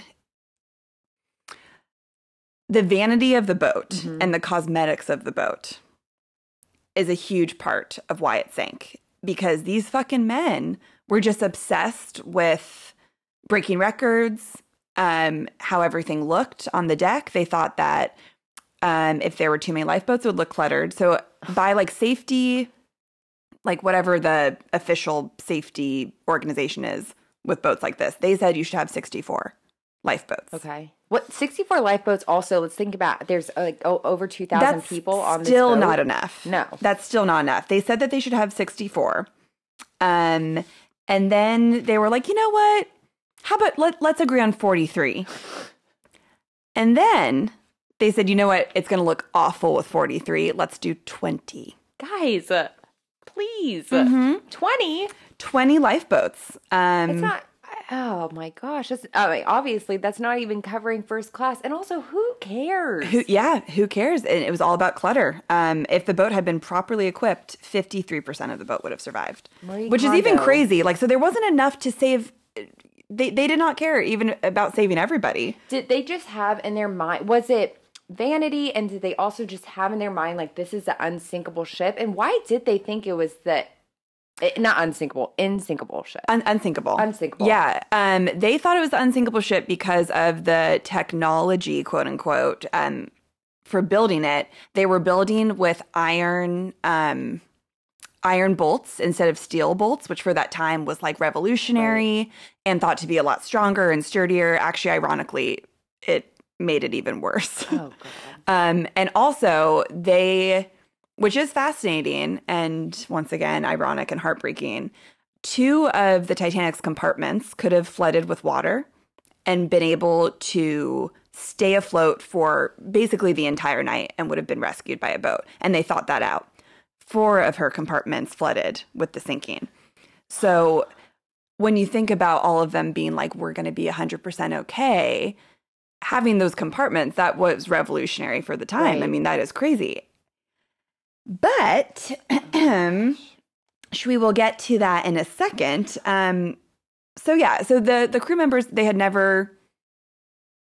Speaker 1: the vanity of the boat
Speaker 2: Mhm.
Speaker 1: and the cosmetics of the boat is a huge part of why it sank because these fucking men were just obsessed with breaking records um how everything looked on the deck they thought that um if there were too many lifeboats it would look cluttered so by like safety like whatever the official safety organization is with boats like this they said you should have 64 lifeboats
Speaker 2: Okay. What 64 lifeboats also, let's think about there's uh, like oh, over 2,000 people on this
Speaker 1: still
Speaker 2: boat.
Speaker 1: not enough.
Speaker 2: No.
Speaker 1: that's still not enough. They said that they should have sixty four, um, and then they were like, you know what? How about let let's agree on forty three, and then they said, you know what? It's going to look awful with forty three. Let's do twenty.
Speaker 2: Guys, uh, please. Mm-hmm. 20?
Speaker 1: 20 lifeboats. Um,
Speaker 2: It's not. Oh my gosh. That's, I mean, obviously, that's not even covering first class. And also, who cares?
Speaker 1: who, yeah, who cares? And it was all about clutter. Um, if the boat had been properly equipped, 53% of the boat would have survived,
Speaker 2: Marie
Speaker 1: which is even
Speaker 2: Kondo.
Speaker 1: crazy. Like, so there wasn't enough to save. They, they did not care even about saving everybody.
Speaker 2: Did they just have in their mind? Was it vanity? And did they also just have in their mind like this is an unsinkable ship? And why did they think it was the it, not unsinkable, insinkable ship?
Speaker 1: Un- unsinkable.
Speaker 2: Unsinkable.
Speaker 1: Yeah. Um, they thought it was the unsinkable ship because of the technology, quote unquote, um, for building it. They were building with iron. Um, Iron bolts instead of steel bolts, which for that time was like revolutionary and thought to be a lot stronger and sturdier. Actually, ironically, it made it even worse.
Speaker 2: Oh god.
Speaker 1: Um, and also, they, which is fascinating and once again, ironic and heartbreaking, two of the Titanic's compartments could have flooded with water and been able to stay afloat for basically the entire night and would have been rescued by a boat. And they thought that out. Four of her compartments flooded with the sinking. So when you think about all of them being like, we're going to be 100% okay, having those compartments, that was revolutionary for the time. I
Speaker 2: Right.
Speaker 1: mean, that is crazy. But sh- we will get to that in a second. Um, so yeah, so the the crew members they had never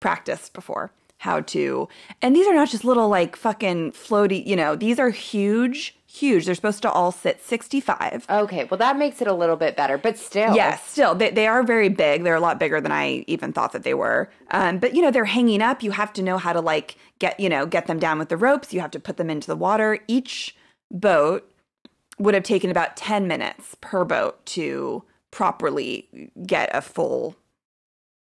Speaker 1: practiced before how to, and these are not just little like fucking floaty. You know, these are huge, huge. They're supposed to all sit sixty five.
Speaker 2: Okay, well that makes it a little bit better, but still.
Speaker 1: Yes, still they they are very big. They're a lot bigger than I even thought that they were. Um, but you know they're hanging up. You have to know how to like get you know get them down with the ropes. You have to put them into the water. Each boat would have taken about ten minutes per boat to properly get a full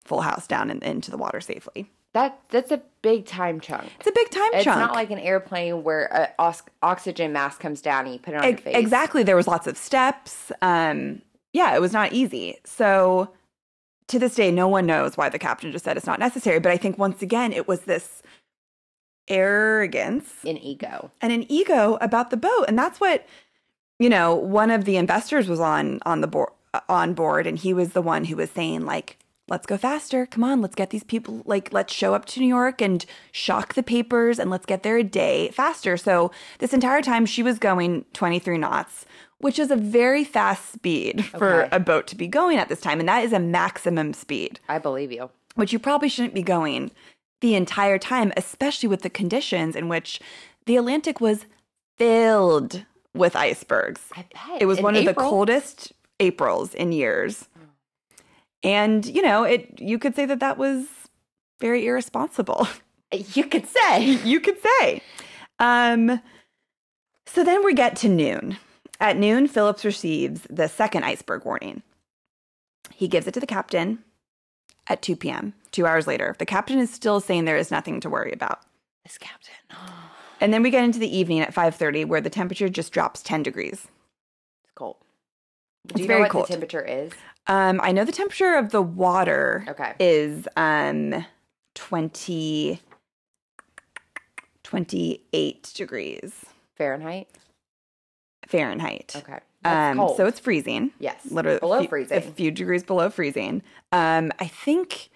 Speaker 1: full house down and into the water safely.
Speaker 2: That that's a big time chunk.
Speaker 1: It's a big time
Speaker 2: It's
Speaker 1: chunk.
Speaker 2: not like an airplane where an os- oxygen mask comes down and you put it on your
Speaker 1: Ex-
Speaker 2: face.
Speaker 1: Exactly. There was lots of steps. Um, yeah, it was not easy. So to this day, no one knows why the captain just said it's not necessary. But I think once again, it was this arrogance
Speaker 2: In ego.
Speaker 1: and an ego about the boat and that's what you know one of the investors was on on the board on board and he was the one who was saying like let's go faster. Come on, let's get these people, like, let's show up to New York and shock the papers and let's get there a day faster. So, this entire time she was going 23 knots, which is a very fast speed for
Speaker 2: Okay.
Speaker 1: a boat to be going at this time. And that is a maximum speed,
Speaker 2: I believe you.
Speaker 1: which you probably shouldn't be going the entire time, especially with the conditions in which the Atlantic was filled with icebergs.
Speaker 2: I bet.
Speaker 1: It was
Speaker 2: In
Speaker 1: one of the
Speaker 2: April? Hmm.
Speaker 1: coldest Aprils in years. And, you know, it you could say that that was very irresponsible.
Speaker 2: You could say.
Speaker 1: you could say. Um so then we get to noon. At noon, Phillips receives the second iceberg warning. He gives it to the captain at 2 p.m. 2 hours later. The captain is still saying there is nothing to worry about.
Speaker 2: This captain.
Speaker 1: And then we get into the evening at 5:30 where the temperature just drops 10 degrees.
Speaker 2: It's cold. Do
Speaker 1: It's
Speaker 2: you
Speaker 1: very
Speaker 2: know what
Speaker 1: cold.
Speaker 2: the temperature is?
Speaker 1: Um, I know the temperature of the water
Speaker 2: Okay.
Speaker 1: is um 20 28 degrees
Speaker 2: Fahrenheit.
Speaker 1: Fahrenheit.
Speaker 2: Okay. That's
Speaker 1: Um
Speaker 2: cold.
Speaker 1: so it's freezing.
Speaker 2: yes,
Speaker 1: Literally a
Speaker 2: below
Speaker 1: few-
Speaker 2: freezing.
Speaker 1: A few degrees below freezing. Um I think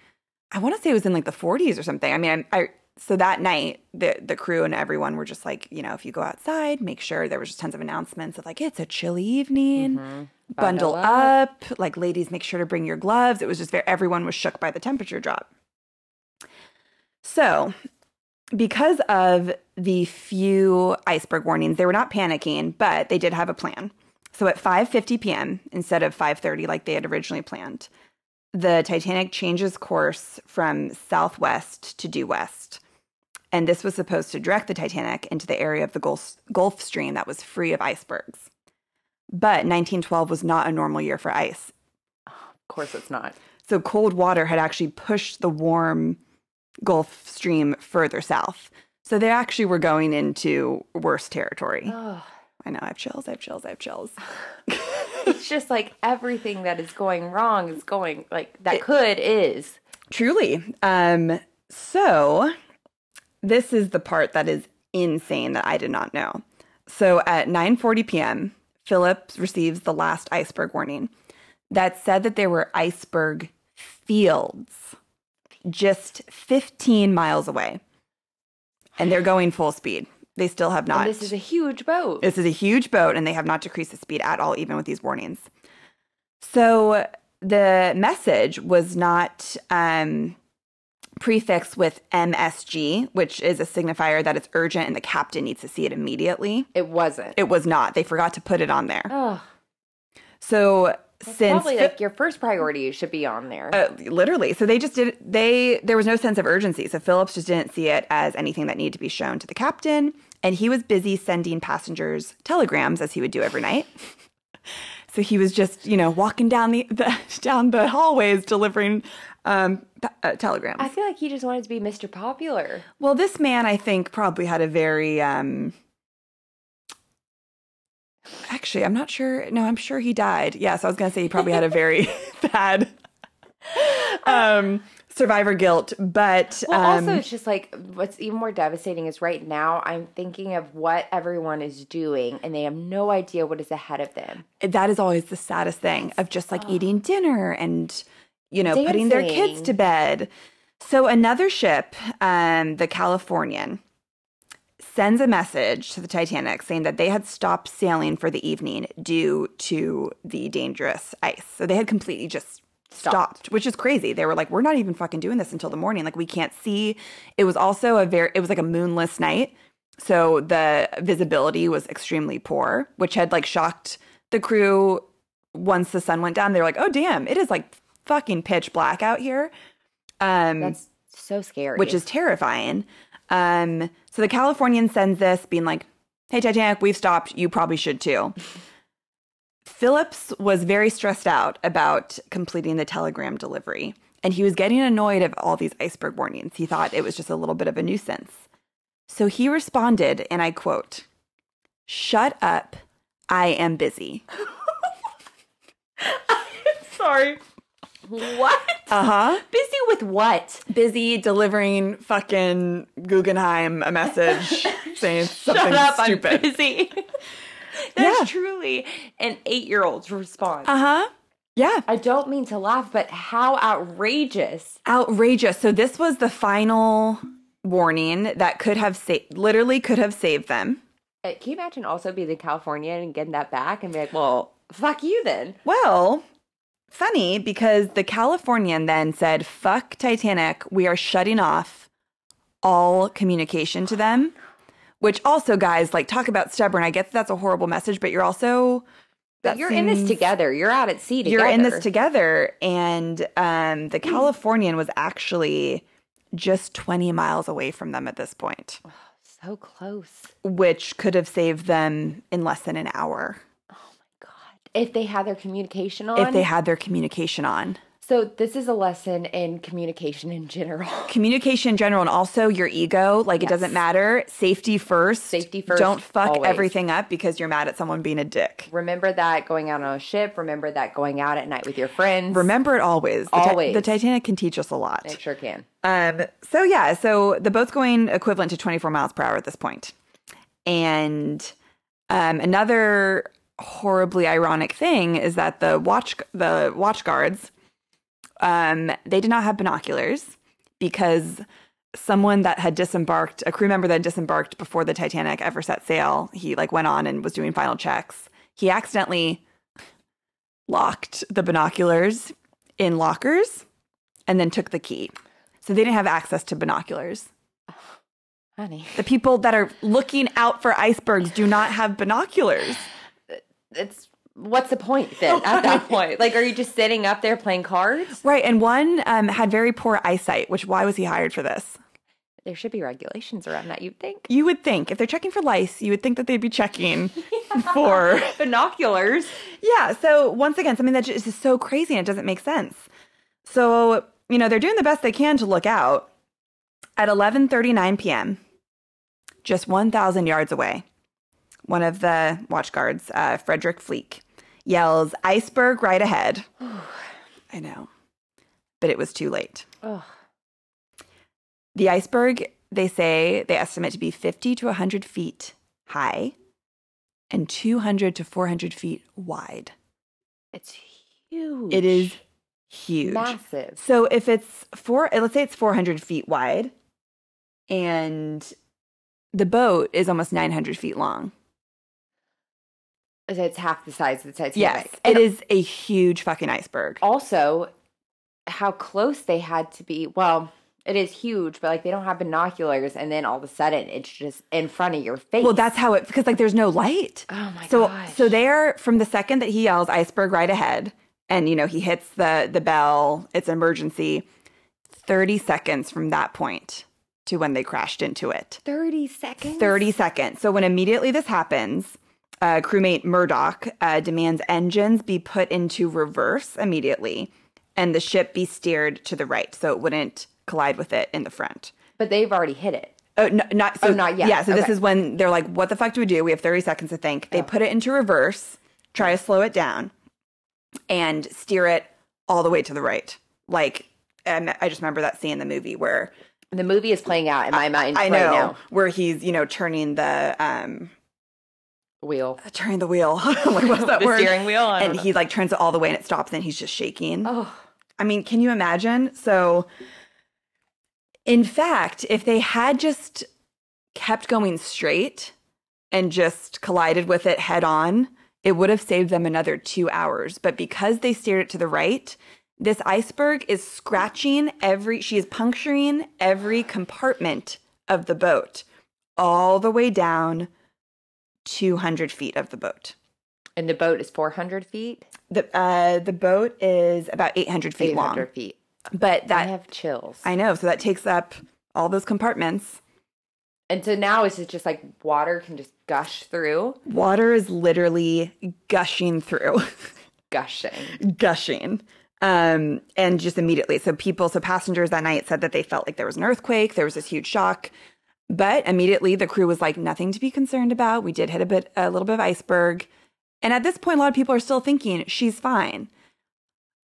Speaker 1: I want to say it was in like the 40s or something. I mean, I, I so that night the the crew and everyone were just like, you know, if you go outside, make sure there was just tons of announcements of like it's a chilly evening.
Speaker 2: Mhm.
Speaker 1: bundle up. Like, ladies, make sure to bring your gloves. It was just very, everyone was shook by the temperature drop. So, because of the few iceberg warnings, they were not panicking, but they did have a plan. So at 5:50 p.m. instead of 5:30 like they had originally planned, the Titanic changes course from southwest to due west. And this was supposed to direct the Titanic into the area of the Gulf, Gulf Stream that was free of icebergs. But 1912 was not a normal year for ice.
Speaker 2: Of course, it's not.
Speaker 1: So cold water had actually pushed the warm Gulf Stream further south. So they actually were going into worse territory.
Speaker 2: Oh,
Speaker 1: I know, I have chills, I have chills, I have chills.
Speaker 2: it's just like everything that is going wrong is going like that could is.
Speaker 1: Truly. Um, so this is the part that is insane that I did not know. So at 9:40 p.m., Phillips receives the last iceberg warning that said that there were iceberg fields just 15 miles away. And they're going full speed. They still have not
Speaker 2: And this is a huge boat.
Speaker 1: this is a huge boat, and they have not decreased the speed at all, even with these warnings. So the message was not um, prefixed with MSG, which is a signifier that it's urgent and the captain needs to see it immediately.
Speaker 2: it wasn't.
Speaker 1: It was not. They forgot to put it on there.
Speaker 2: oh,
Speaker 1: So
Speaker 2: that's
Speaker 1: since
Speaker 2: probably like your first priority should be on there.
Speaker 1: uh, literally, so they just did. They there was no sense of urgency. So Phillips just didn't see it as anything that needed to be shown to the captain, and he was busy sending passengers telegrams as he would do every night. So he was just, you know, walking down the, the down the hallways delivering um, p- uh, telegrams.
Speaker 2: I feel like he just wanted to be Mr. Popular.
Speaker 1: well, this man, I think, probably had a very. Um, actually, I'm not sure. No, I'm sure he died. Yes, I was going to say he probably had a very bad um, survivor guilt, but
Speaker 2: Uh, Well,
Speaker 1: um,
Speaker 2: also, it's just like what's even more devastating is right now I'm thinking of what everyone is doing and they have no idea what is ahead of
Speaker 1: Mm.
Speaker 2: them.
Speaker 1: that is always the saddest thing of just like
Speaker 2: Oh.
Speaker 1: eating dinner and you know putting their kids
Speaker 2: Dancing.
Speaker 1: to bed so another ship um, the californian sends a message to the titanic saying that they had stopped sailing for the evening due to the dangerous ice so they had completely just stopped, which is crazy they were like we're not even fucking doing this until the morning like we can't see it was also a very it was like a moonless night so the visibility was extremely poor, which had like shocked the crew once the sun went down. They were like, oh, damn, it is like fucking pitch black out here. Um,
Speaker 2: That's so scary.
Speaker 1: which is terrifying. Um, so the Californian sends this, being like, "Hey Titanic, we've stopped. You probably should too." Phillips was very stressed out about completing the telegram delivery, and he was getting annoyed of all these iceberg warnings. He thought it was just a little bit of a nuisance. So he responded, and I quote, "Shut up. I am busy."
Speaker 2: sorry. What?
Speaker 1: Uh-huh.
Speaker 2: Busy with what?
Speaker 1: Busy delivering fucking Guggenheim a message saying something
Speaker 2: Shut up!
Speaker 1: stupid.
Speaker 2: I'm busy. That's
Speaker 1: Yeah.
Speaker 2: truly an eight-year-old's response.
Speaker 1: Uh huh. Yeah.
Speaker 2: Um, I don't mean to laugh, but how outrageous.
Speaker 1: Outrageous. So this was the final warning that could have saved literally could have saved them.
Speaker 2: Uh, Can you imagine also being in California and getting that back and be like, well, fuck you then?
Speaker 1: Well, funny because the Californian then said, "Fuck Titanic, we are shutting off all communication to them." Which also, guys, like talk about stubborn. I get that's a horrible message, but you're also
Speaker 2: But
Speaker 1: that
Speaker 2: you're in this
Speaker 1: seems-
Speaker 2: together. You're out at sea together.
Speaker 1: You're in this together, and um, the Californian was actually just 20 miles away from them at this point,
Speaker 2: So close.
Speaker 1: which could have saved them in less than an hour
Speaker 2: God. If they had their communication on.
Speaker 1: if they had their communication on.
Speaker 2: so this is a lesson in communication in general.
Speaker 1: Communication in general, and also your ego. Like it doesn't matter. Safety first.
Speaker 2: Safety first,
Speaker 1: Don't fuck
Speaker 2: always.
Speaker 1: everything up because you're mad at someone being a dick.
Speaker 2: Remember that going out on a ship. Remember that going out at night with your friends.
Speaker 1: Remember it always. The Ti-
Speaker 2: Always.
Speaker 1: the Titanic can teach us a lot.
Speaker 2: It sure can.
Speaker 1: Um, so yeah, so the boat's going equivalent to 24 miles per hour at this point. And um, another horribly ironic thing is that the watch the watch guards um, they did not have binoculars because someone that had disembarked a crew member that had disembarked before the Titanic ever set sail he like went on and was doing final checks he accidentally locked the binoculars in lockers and then took the key so they didn't have access to binoculars
Speaker 2: Honey.
Speaker 1: the people that are looking out for icebergs do not have binoculars.
Speaker 2: It's what's the point then at that point? Like, are you just sitting up there playing cards?
Speaker 1: Right. And one um, had very poor eyesight, which why was he hired for this?
Speaker 2: There should be regulations around that, you'd think.
Speaker 1: You would think if they're checking for lice, you would think that they'd be checking for.
Speaker 2: Binoculars.
Speaker 1: Yeah. So once again, something that just is so crazy and it doesn't make sense. So, you know, they're doing the best they can to look out. At 11:39 p.m., just 1,000 yards away, one of the watch guards, uh, Frederick Fleek, yells, "Iceberg right ahead." I know. But it was too late.
Speaker 2: Oh,
Speaker 1: The iceberg, they say, they estimate to be 50 to 100 feet high and 200 to 400 feet wide.
Speaker 2: it's huge.
Speaker 1: It is huge.
Speaker 2: massive.
Speaker 1: So if it's four, let's say it's 400 feet wide and the boat is almost 900 feet long.
Speaker 2: It's half the size of the Titanic.
Speaker 1: Yes,
Speaker 2: And
Speaker 1: it is a huge fucking iceberg.
Speaker 2: also how close they had to be. Well, it is huge, but like they don't have binoculars, and then all of a sudden it's just in front of your face.
Speaker 1: Well, that's how it, because like there's no light.
Speaker 2: oh my
Speaker 1: so
Speaker 2: gosh.
Speaker 1: so they're from the second that he yells iceberg right ahead and you know he hits the the bell it's emergency 30 seconds from that point to when they crashed into it
Speaker 2: thirty seconds.
Speaker 1: 30 seconds so when immediately this happens uh, crewmate murdoch uh, demands engines be put into reverse immediately and the ship be steered to the right so it wouldn't collide with it in the front
Speaker 2: but they've already hit it.
Speaker 1: Oh, no, not so
Speaker 2: Oh, not yet.
Speaker 1: Yeah, so this
Speaker 2: Okay. Oh.
Speaker 1: is when they're like, "What the fuck do we do? We have thirty seconds to think." They put it into reverse, try to slow it down, and steer it all the way to the right. Like, and I just remember that scene in the movie where
Speaker 2: The movie is playing out in my mind
Speaker 1: I
Speaker 2: right
Speaker 1: know
Speaker 2: now.
Speaker 1: where he's you know turning the um
Speaker 2: Wheel.
Speaker 1: turning the wheel. like, what's that
Speaker 2: the
Speaker 1: word?
Speaker 2: steering wheel. I don't
Speaker 1: and
Speaker 2: know.
Speaker 1: he like turns it all the way and it stops and he's just shaking.
Speaker 2: oh,
Speaker 1: I mean, can you imagine? So, in fact, if they had just kept going straight and just collided with it head on, it would have saved them another two hours. But because they steered it to the right, this iceberg is scratching every, she is puncturing every compartment of the boat all the way down 200 feet of the boat.
Speaker 2: and the boat is four hundred feet.
Speaker 1: The, uh, the boat is about 800 feet
Speaker 2: Eight
Speaker 1: long,
Speaker 2: hundred feet.
Speaker 1: but
Speaker 2: I
Speaker 1: that
Speaker 2: have chills.
Speaker 1: I know. So that takes up all those compartments.
Speaker 2: and so now it's just like water can just gush through,
Speaker 1: Water is literally gushing through,
Speaker 2: gushing.
Speaker 1: gushing. Um, and just immediately. So people, so passengers that night said that they felt like there was an earthquake, there was this huge shock. But immediately the crew was like, nothing to be concerned about. We did hit a bit a little bit of iceberg. And at this point, a lot of people are still thinking, she's fine.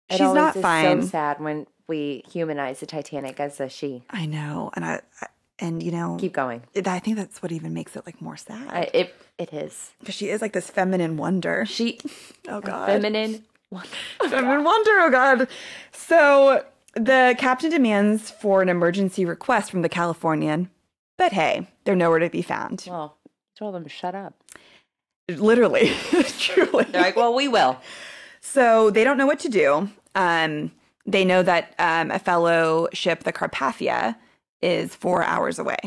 Speaker 2: It
Speaker 1: She's
Speaker 2: always
Speaker 1: not
Speaker 2: is
Speaker 1: fine.
Speaker 2: So sad when we humanize the Titanic as a she.
Speaker 1: I know. And I, I and you know,
Speaker 2: Keep going.
Speaker 1: I think that's what even makes it like more sad.
Speaker 2: I, it it is.
Speaker 1: Because she is like this feminine wonder.
Speaker 2: She
Speaker 1: Oh god.
Speaker 2: feminine
Speaker 1: I'm in wonder, oh God. So the captain demands for an emergency request from the Californian, but hey, they're nowhere to be found.
Speaker 2: Well, tell them to shut up.
Speaker 1: Literally, truly.
Speaker 2: They're like, well, we will.
Speaker 1: So they don't know what to do. Um, they know that um, a fellow ship, the Carpathia, is four hours away.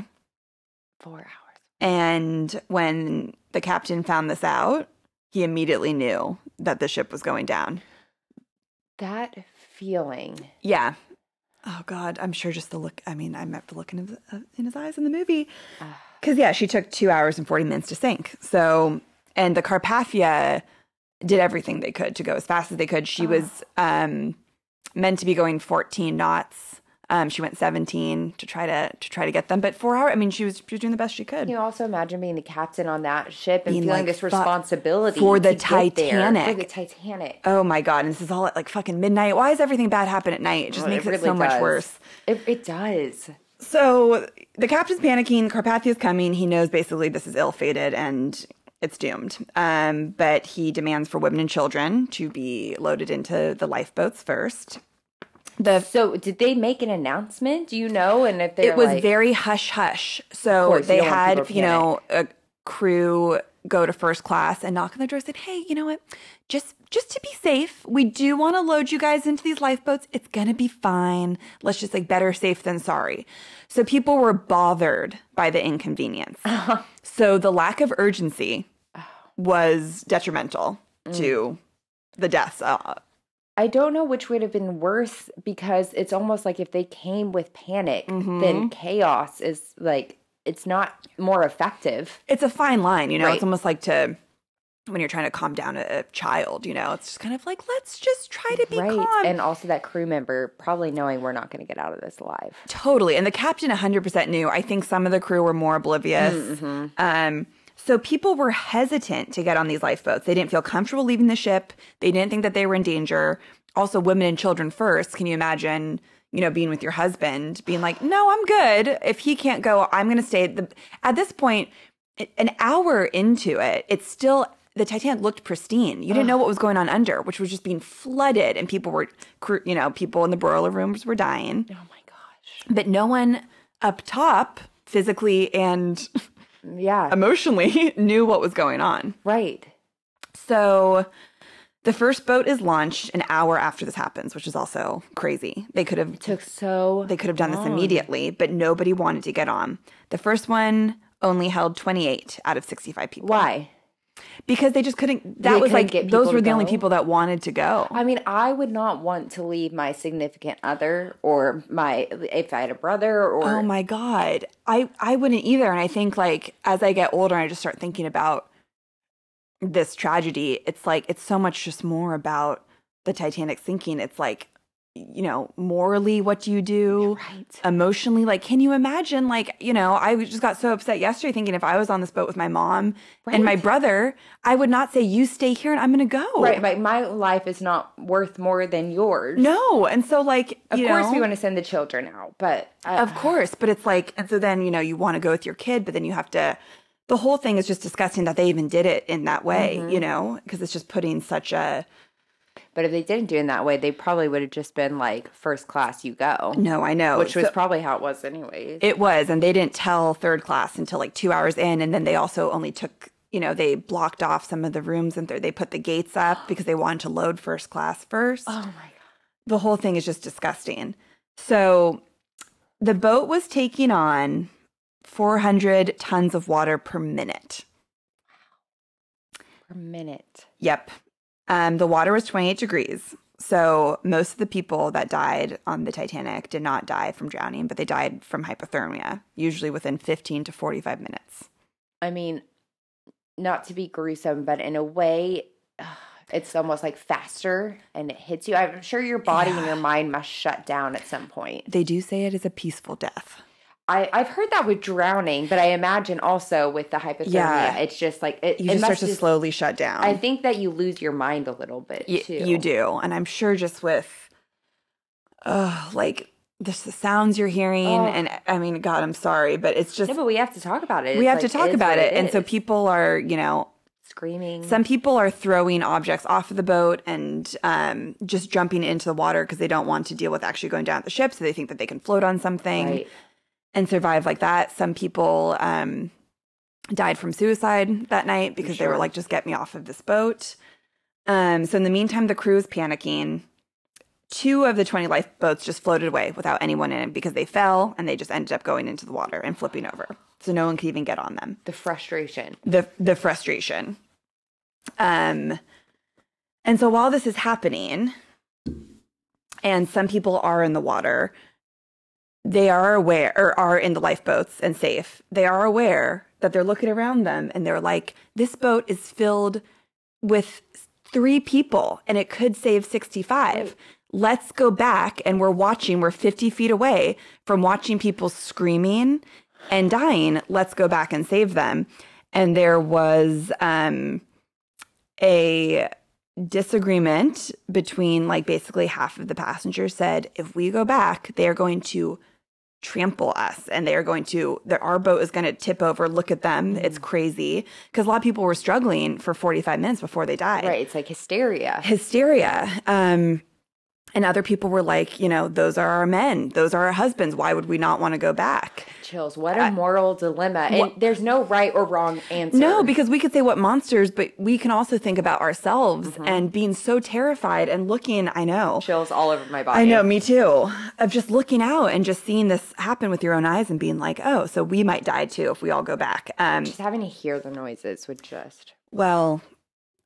Speaker 2: Four hours.
Speaker 1: And when the captain found this out, he immediately knew that the ship was going down.
Speaker 2: That feeling.
Speaker 1: Yeah. Oh God, I'm sure just the look. I mean, I met the look in his, uh, in his eyes in the movie.
Speaker 2: Ah.
Speaker 1: Because yeah, she took two hours and forty minutes to sink. So, and the Carpathia did everything they could to go as fast as they could. She was um, meant to be going 14 knots. Um, she went 17 to try to to try to get them, but four hours. I mean, she was, she was doing the best she could.
Speaker 2: Can you also imagine being the captain on that ship and
Speaker 1: Being
Speaker 2: feeling
Speaker 1: like,
Speaker 2: this
Speaker 1: "Fuck,
Speaker 2: responsibility
Speaker 1: for the
Speaker 2: to get there, For
Speaker 1: Titanic."
Speaker 2: the Titanic.
Speaker 1: Oh my god! And this is all at like fucking midnight. Why does everything bad happen at night? It just
Speaker 2: Oh,
Speaker 1: makes it,
Speaker 2: really
Speaker 1: so much
Speaker 2: does.
Speaker 1: worse.
Speaker 2: It, it does.
Speaker 1: So the captain's panicking. Carpathia's coming. He knows basically this is ill fated and it's doomed. Um, but he demands for women and children to be loaded into the lifeboats first. The
Speaker 2: So, did they make an announcement? Do you know? And if they
Speaker 1: it was
Speaker 2: like,
Speaker 1: very hush hush. So
Speaker 2: course, you
Speaker 1: they
Speaker 2: don't want
Speaker 1: had,
Speaker 2: people to
Speaker 1: you know, a crew go to first class and knock on the door and said, "Hey, you know what? Just just to be safe, we do want to load you guys into these lifeboats. It's going to be fine. Let's just like better safe than sorry." So people were bothered by the inconvenience.
Speaker 2: Uh-huh.
Speaker 1: So the lack of urgency
Speaker 2: Oh.
Speaker 1: was detrimental
Speaker 2: Mm.
Speaker 1: to the deaths. Uh,
Speaker 2: I don't know which would have been worse because it's almost like if they came with panic,
Speaker 1: Mm-hmm.
Speaker 2: then chaos is like it's not more effective.
Speaker 1: it's a fine line, you know.
Speaker 2: Right.
Speaker 1: It's almost like to when you're trying to calm down a, a child, you know. It's just kind of like let's just try to be
Speaker 2: right.
Speaker 1: calm.
Speaker 2: And also that crew member probably knowing we're not going to get out of this alive.
Speaker 1: totally. And the captain 100% knew. I think some of the crew were more oblivious. Um so people were hesitant to get on these lifeboats. They didn't feel comfortable leaving the ship. They didn't think that they were in danger. Also women and children first. Can you imagine you know, being with your husband, being like, "No, I'm good. If he can't go, I'm going to stay." At, the, at this point, an hour into it, it's still the Titanic looked pristine. You didn't know what was going on under, which was just being flooded, and people were, cr- you know, people in the boiler rooms were dying.
Speaker 2: Oh my gosh.
Speaker 1: But no one up top, physically and
Speaker 2: Yeah.
Speaker 1: emotionally, knew what was going on.
Speaker 2: right.
Speaker 1: So the first boat is launched an hour after this happens, which is also crazy. They could have
Speaker 2: Took so
Speaker 1: they could have done this
Speaker 2: long.
Speaker 1: immediately, but nobody wanted to get on. The first one only held 28 out of 65 people.
Speaker 2: Why?
Speaker 1: because they just couldn't. That
Speaker 2: They
Speaker 1: was
Speaker 2: couldn't
Speaker 1: like
Speaker 2: get people
Speaker 1: those
Speaker 2: to
Speaker 1: were the only
Speaker 2: go?
Speaker 1: people that wanted to go.
Speaker 2: I mean, I would not want to leave my significant other or my if I had a brother or
Speaker 1: oh my god, I I wouldn't either. And I think like as I get older, I just start thinking about this tragedy. It's like it's so much just more about the Titanic sinking. It's like you know morally, what do you do?
Speaker 2: right.
Speaker 1: Emotionally, like, can you imagine? Like, you know, I was- just got so upset yesterday thinking if I was on this boat with my mom and my
Speaker 2: Right.
Speaker 1: brother, I would not say, You stay here and I'm gonna go.
Speaker 2: Right, my, my life is not worth more than yours.
Speaker 1: No. And so, like,
Speaker 2: of
Speaker 1: you
Speaker 2: course
Speaker 1: know,
Speaker 2: we want to send the children out, but uh, I,
Speaker 1: Of course, but it's like, and so then you know you want to go with your kid, but then you have to. The whole thing is just disgusting that they even did it in that way,
Speaker 2: Mm-hmm.
Speaker 1: you know, because it's just putting such a
Speaker 2: but if they didn't do it in that way, they probably would have just been like first class, you go,
Speaker 1: no, I know,
Speaker 2: which was
Speaker 1: So-
Speaker 2: probably how it was anyways.
Speaker 1: it was, and they didn't tell third class until like two hours in, and then they also only took, you know, they blocked off some of the rooms and they put the gates up because they wanted to load first class first.
Speaker 2: oh my god!
Speaker 1: the whole thing is just disgusting. So the boat was taking on 400 tons of water per minute.
Speaker 2: For a minute,
Speaker 1: Yep. Um, the water was 28 degrees. So most of the people that died on the Titanic did not die from drowning, but they died from hypothermia, usually within 15 to 45 minutes.
Speaker 2: I mean, not to be gruesome, but in a way, ugh, it's almost like faster and it hits you. I'm sure your body and your mind must shut down at some point.
Speaker 1: They do say it is a peaceful death.
Speaker 2: I, I've heard that with drowning, but I imagine also with the hypothermia,
Speaker 1: Yeah.
Speaker 2: it's just like it,
Speaker 1: You
Speaker 2: it
Speaker 1: just start
Speaker 2: must
Speaker 1: to
Speaker 2: just-
Speaker 1: slowly shut down.
Speaker 2: I think that you lose your mind a little bit
Speaker 1: Um, Y-
Speaker 2: too.
Speaker 1: You do, and I'm sure just with, uh, like this, the sounds you're hearing,
Speaker 2: Oh.
Speaker 1: and I mean, God, I'm sorry, but it's just
Speaker 2: No, but we have to talk about it.
Speaker 1: we
Speaker 2: It's
Speaker 1: have
Speaker 2: like,
Speaker 1: to talk
Speaker 2: is
Speaker 1: about
Speaker 2: what
Speaker 1: it, and so
Speaker 2: is.
Speaker 1: people are, you know,
Speaker 2: screaming.
Speaker 1: Some people are throwing objects off of the boat and um, just jumping into the water because they don't want to deal with actually going down at the ship. So they think that they can float on something
Speaker 2: Right.
Speaker 1: and survive like that. Some people um, died from suicide that night because they were
Speaker 2: sure.
Speaker 1: like, just get me off of this boat. Um, so in the meantime, the crew is panicking. Two of the 20 lifeboats just floated away without anyone in it because they fell and they just ended up going into the water and flipping over. So no one could even get on them
Speaker 2: The frustration.
Speaker 1: the the frustration. Um and so while this is happening and some people are in the water, they are aware or are in the lifeboats and safe. They are aware that they're looking around them and they're like this boat is filled with 3 people and it could save 65.
Speaker 2: Right.
Speaker 1: Let's go back and we're watching we're 50 feet away from watching people screaming and dying. Let's go back and save them. And there was um, a disagreement between, like, basically half of the passengers said, if we go back, they are going to trample us and they are going to, that our boat is going to tip over. Look at them. It's crazy. Because a lot of people were struggling for 45 minutes before they died
Speaker 2: Right. It's like hysteria.
Speaker 1: hysteria. Um, and other people were like, you know, those are our men, those are our husbands. Why would we not want to go back?
Speaker 2: Chills. What a moral dilemma. And
Speaker 1: What-
Speaker 2: there's no right or wrong answer.
Speaker 1: No, because we could say what monsters, but we can also think about ourselves and being so terrified and looking. I know.
Speaker 2: chills all over my body.
Speaker 1: I know, me too. Of just looking out and just seeing this happen with your own eyes and being like, oh, so we might die too if we all go back. Um,
Speaker 2: Just having to hear the noises would just.
Speaker 1: Well,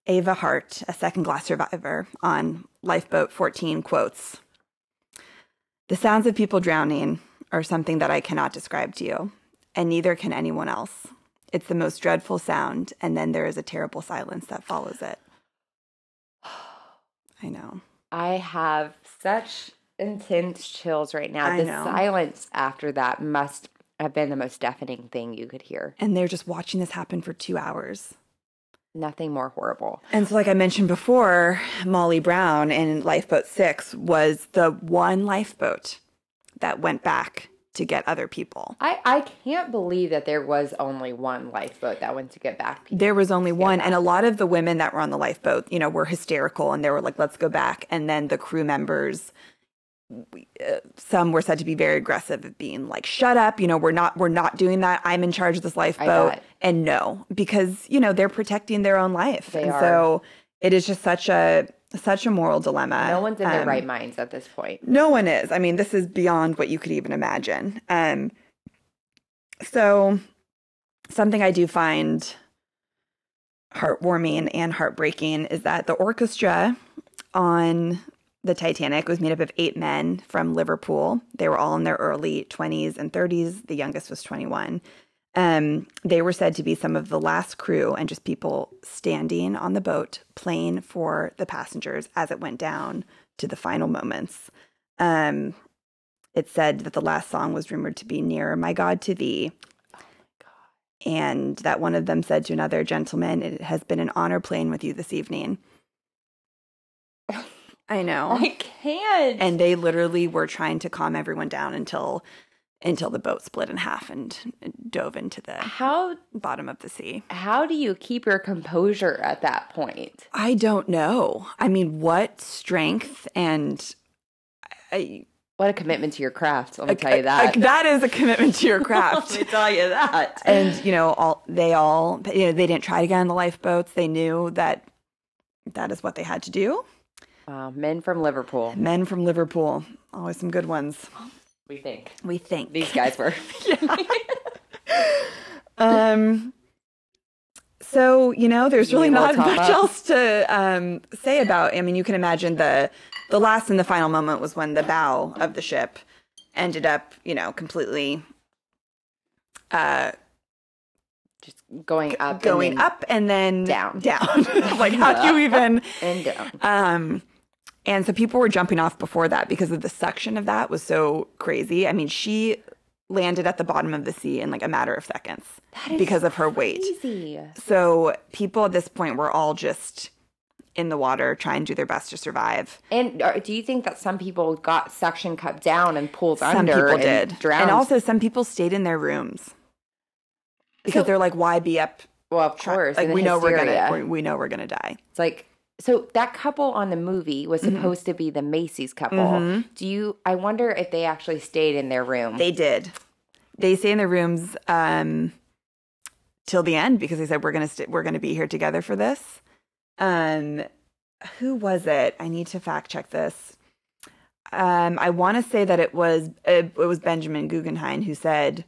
Speaker 1: Ava Hart, a second glass survivor on Lifeboat 14, quotes The sounds of people drowning are something that I cannot describe to you, and neither can anyone else. It's the most dreadful sound, and then there is a terrible silence that follows it. I know.
Speaker 2: I have such intense chills right now.
Speaker 1: I
Speaker 2: the
Speaker 1: know.
Speaker 2: silence after that must have been the most deafening thing you could hear.
Speaker 1: And they're just watching this happen for two hours.
Speaker 2: Nothing more horrible.
Speaker 1: And so, like I mentioned before, Molly Brown in Lifeboat Six was the one lifeboat that went back to get other people.
Speaker 2: I, I can't believe that there was only one lifeboat that went to get back.
Speaker 1: There was only one, and a lot of the women that were on the lifeboat, you know, were hysterical and they were like, let's go back. And then the crew members, we- uh, some were said to be very aggressive of being like, shut up, you know, we're not, we're not doing that. I'm in charge of this lifeboat.
Speaker 2: bet.
Speaker 1: And no, because, you know, they're protecting their own life.
Speaker 2: They
Speaker 1: and
Speaker 2: are.
Speaker 1: so it is just such a, such a moral dilemma.
Speaker 2: No one's in their
Speaker 1: Um,
Speaker 2: right minds at this point.
Speaker 1: No one is. I mean, this is beyond what you could even imagine. Um, so, something I do find heartwarming and heartbreaking is that the orchestra on the Titanic was made up of eight men from Liverpool. They were all in their early 20s and 30s. The youngest was 21. Um, they were said to be some of the last crew and just people standing on the boat playing for the passengers as it went down to the final moments. Um, it said that the last song was rumored to be Nearer My God to Thee. And that one of them said to another, Gentleman, it has been an honor playing with you this evening. I know.
Speaker 2: I can't.
Speaker 1: And they literally were trying to calm everyone down until until the boat split in half and dove into the
Speaker 2: how
Speaker 1: bottom of the sea.
Speaker 2: how do you keep your composure at that point?
Speaker 1: I don't know. I mean, what strength and I,
Speaker 2: What a commitment to your craft. Let me
Speaker 1: I-
Speaker 2: tell you that.
Speaker 1: I- that is a commitment to your
Speaker 2: Let
Speaker 1: craft.
Speaker 2: me tell you that.
Speaker 1: and you know, all they all you know they didn't try to get on the lifeboats. They knew that that is what they had to do.
Speaker 2: Wow, Uh, men from Liverpool.
Speaker 1: Men from Liverpool, always some good ones.
Speaker 2: We think
Speaker 1: We think
Speaker 2: these guys were.
Speaker 1: Um, so you know, there's really
Speaker 2: Need more
Speaker 1: not much
Speaker 2: top-ups?
Speaker 1: else to um, say about. I mean, you can imagine the the last and the final moment was when the bow of the ship ended up, you know, completely uh,
Speaker 2: just going up,
Speaker 1: going
Speaker 2: and then
Speaker 1: up and then
Speaker 2: Down.
Speaker 1: down. like, how do you even?
Speaker 2: and down.
Speaker 1: Um, and so people were jumping off before that because of the suction of that was so crazy. I mean, she landed at the bottom of the sea in like a matter of seconds because of her weight.
Speaker 2: Easy.
Speaker 1: So people at this point were all just in the water trying to do their best to survive.
Speaker 2: And uh, do you think that some people got suction cup down and pulled
Speaker 1: Some
Speaker 2: under?
Speaker 1: people
Speaker 2: and
Speaker 1: did.
Speaker 2: Drowned.
Speaker 1: And also some people stayed in their rooms because
Speaker 2: So-
Speaker 1: they're like, why be up
Speaker 2: Well, of course.
Speaker 1: Like
Speaker 2: and the
Speaker 1: we know we're
Speaker 2: hysteria.
Speaker 1: gonna we we know we're gonna die.
Speaker 2: It's like so that couple on the movie was supposed to be the Macy's couple. Do you? I wonder if they actually stayed in their room.
Speaker 1: They did. They stay in their rooms um, till the end because they said we're gonna st- we're gonna be here together for this. Um, who was it? I need to fact check this. Um, I want to say that it was it, it was Benjamin Guggenheim who said,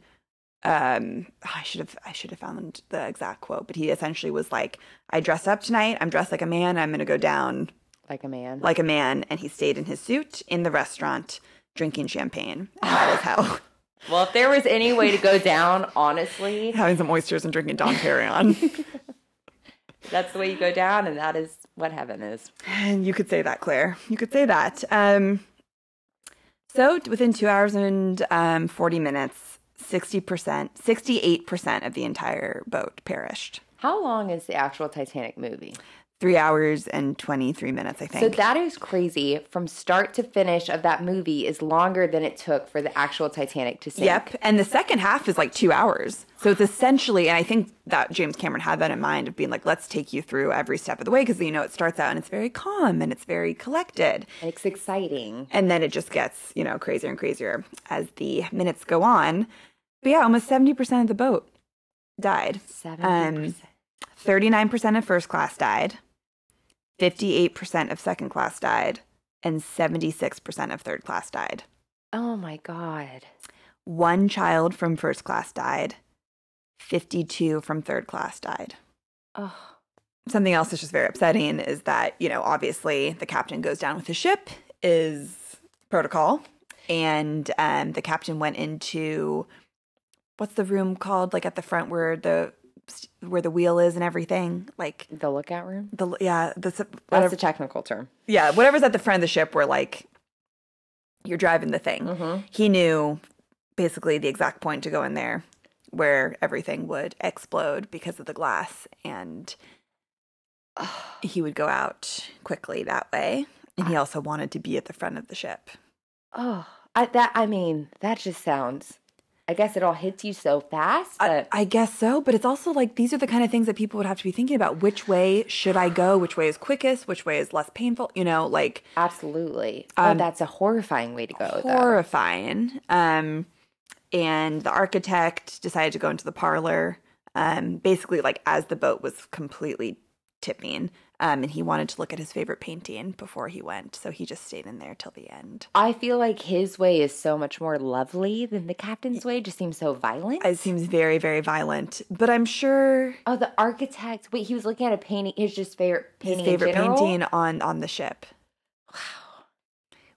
Speaker 1: um, I should have I should have found the exact quote, but he essentially was like, "I dress up tonight. I'm dressed like a man. I'm gonna go down
Speaker 2: like a man.
Speaker 1: like a man." And he stayed in his suit in the restaurant drinking champagne. And that is how.
Speaker 2: well, if there was any way to go down, honestly,
Speaker 1: having some oysters and drinking Don Perignon.
Speaker 2: that's the way you go down, and that is what heaven is.
Speaker 1: and you could say that, Claire. You could say that. Um, so within two hours and um, 40 minutes, 60%, 68% of the entire boat perished.
Speaker 2: How long is the actual Titanic movie?
Speaker 1: Three hours and 23 minutes, I think.
Speaker 2: So that is crazy. From start to finish of that movie is longer than it took for the actual Titanic to sink.
Speaker 1: Yep. And the second half is like two hours. So it's essentially, and I think that James Cameron had that in mind of being like, let's take you through every step of the way because, you know, it starts out and it's very calm and it's very collected.
Speaker 2: And it's exciting.
Speaker 1: And then it just gets, you know, crazier and crazier as the minutes go on. But yeah, almost 70% of the boat died.
Speaker 2: Seventy percent.
Speaker 1: 39% of first class died, 58% of second class died, and 76% of third class died.
Speaker 2: oh my god.
Speaker 1: One child from first class died, 52 from third class died.
Speaker 2: Oh.
Speaker 1: Something else that's just very upsetting is that, you know, obviously the captain goes down with his ship, is protocol. And um, the captain went into what's the room called? Like at the front where the where the wheel is and everything. Like
Speaker 2: The lookout room?
Speaker 1: the yeah, the
Speaker 2: That's
Speaker 1: whatever,
Speaker 2: the technical term.
Speaker 1: yeah, whatever's at the front of the ship where like you're driving the thing.
Speaker 2: Mm-hmm.
Speaker 1: He knew basically the exact point to go in there where everything would explode because of the glass and he would go out quickly that way. And he also wanted to be at the front of the ship.
Speaker 2: Oh, I, that I mean, that just sounds. I guess it all hits you so fast.
Speaker 1: I,
Speaker 2: that-
Speaker 1: I guess so, but it's also like these are the kind of things that people would have to be thinking about. Which way should I go? Which way is quickest? Which way is less painful? You know, like
Speaker 2: absolutely. Oh,
Speaker 1: Um,
Speaker 2: that's a horrifying way to go. though.
Speaker 1: horrifying. Um, and the architect decided to go into the parlor, um, basically like as the boat was completely tipping. Um, and he wanted to look at his favorite painting before he went, so he just stayed in there till the end.
Speaker 2: I feel like his way is so much more lovely than the captain's way. Just seems so violent.
Speaker 1: It seems very, very violent, but I'm sure
Speaker 2: oh, the architect. Wait, he was looking at a painting. His just favorite painting.
Speaker 1: his favorite
Speaker 2: in general?
Speaker 1: painting on on the ship. Wow.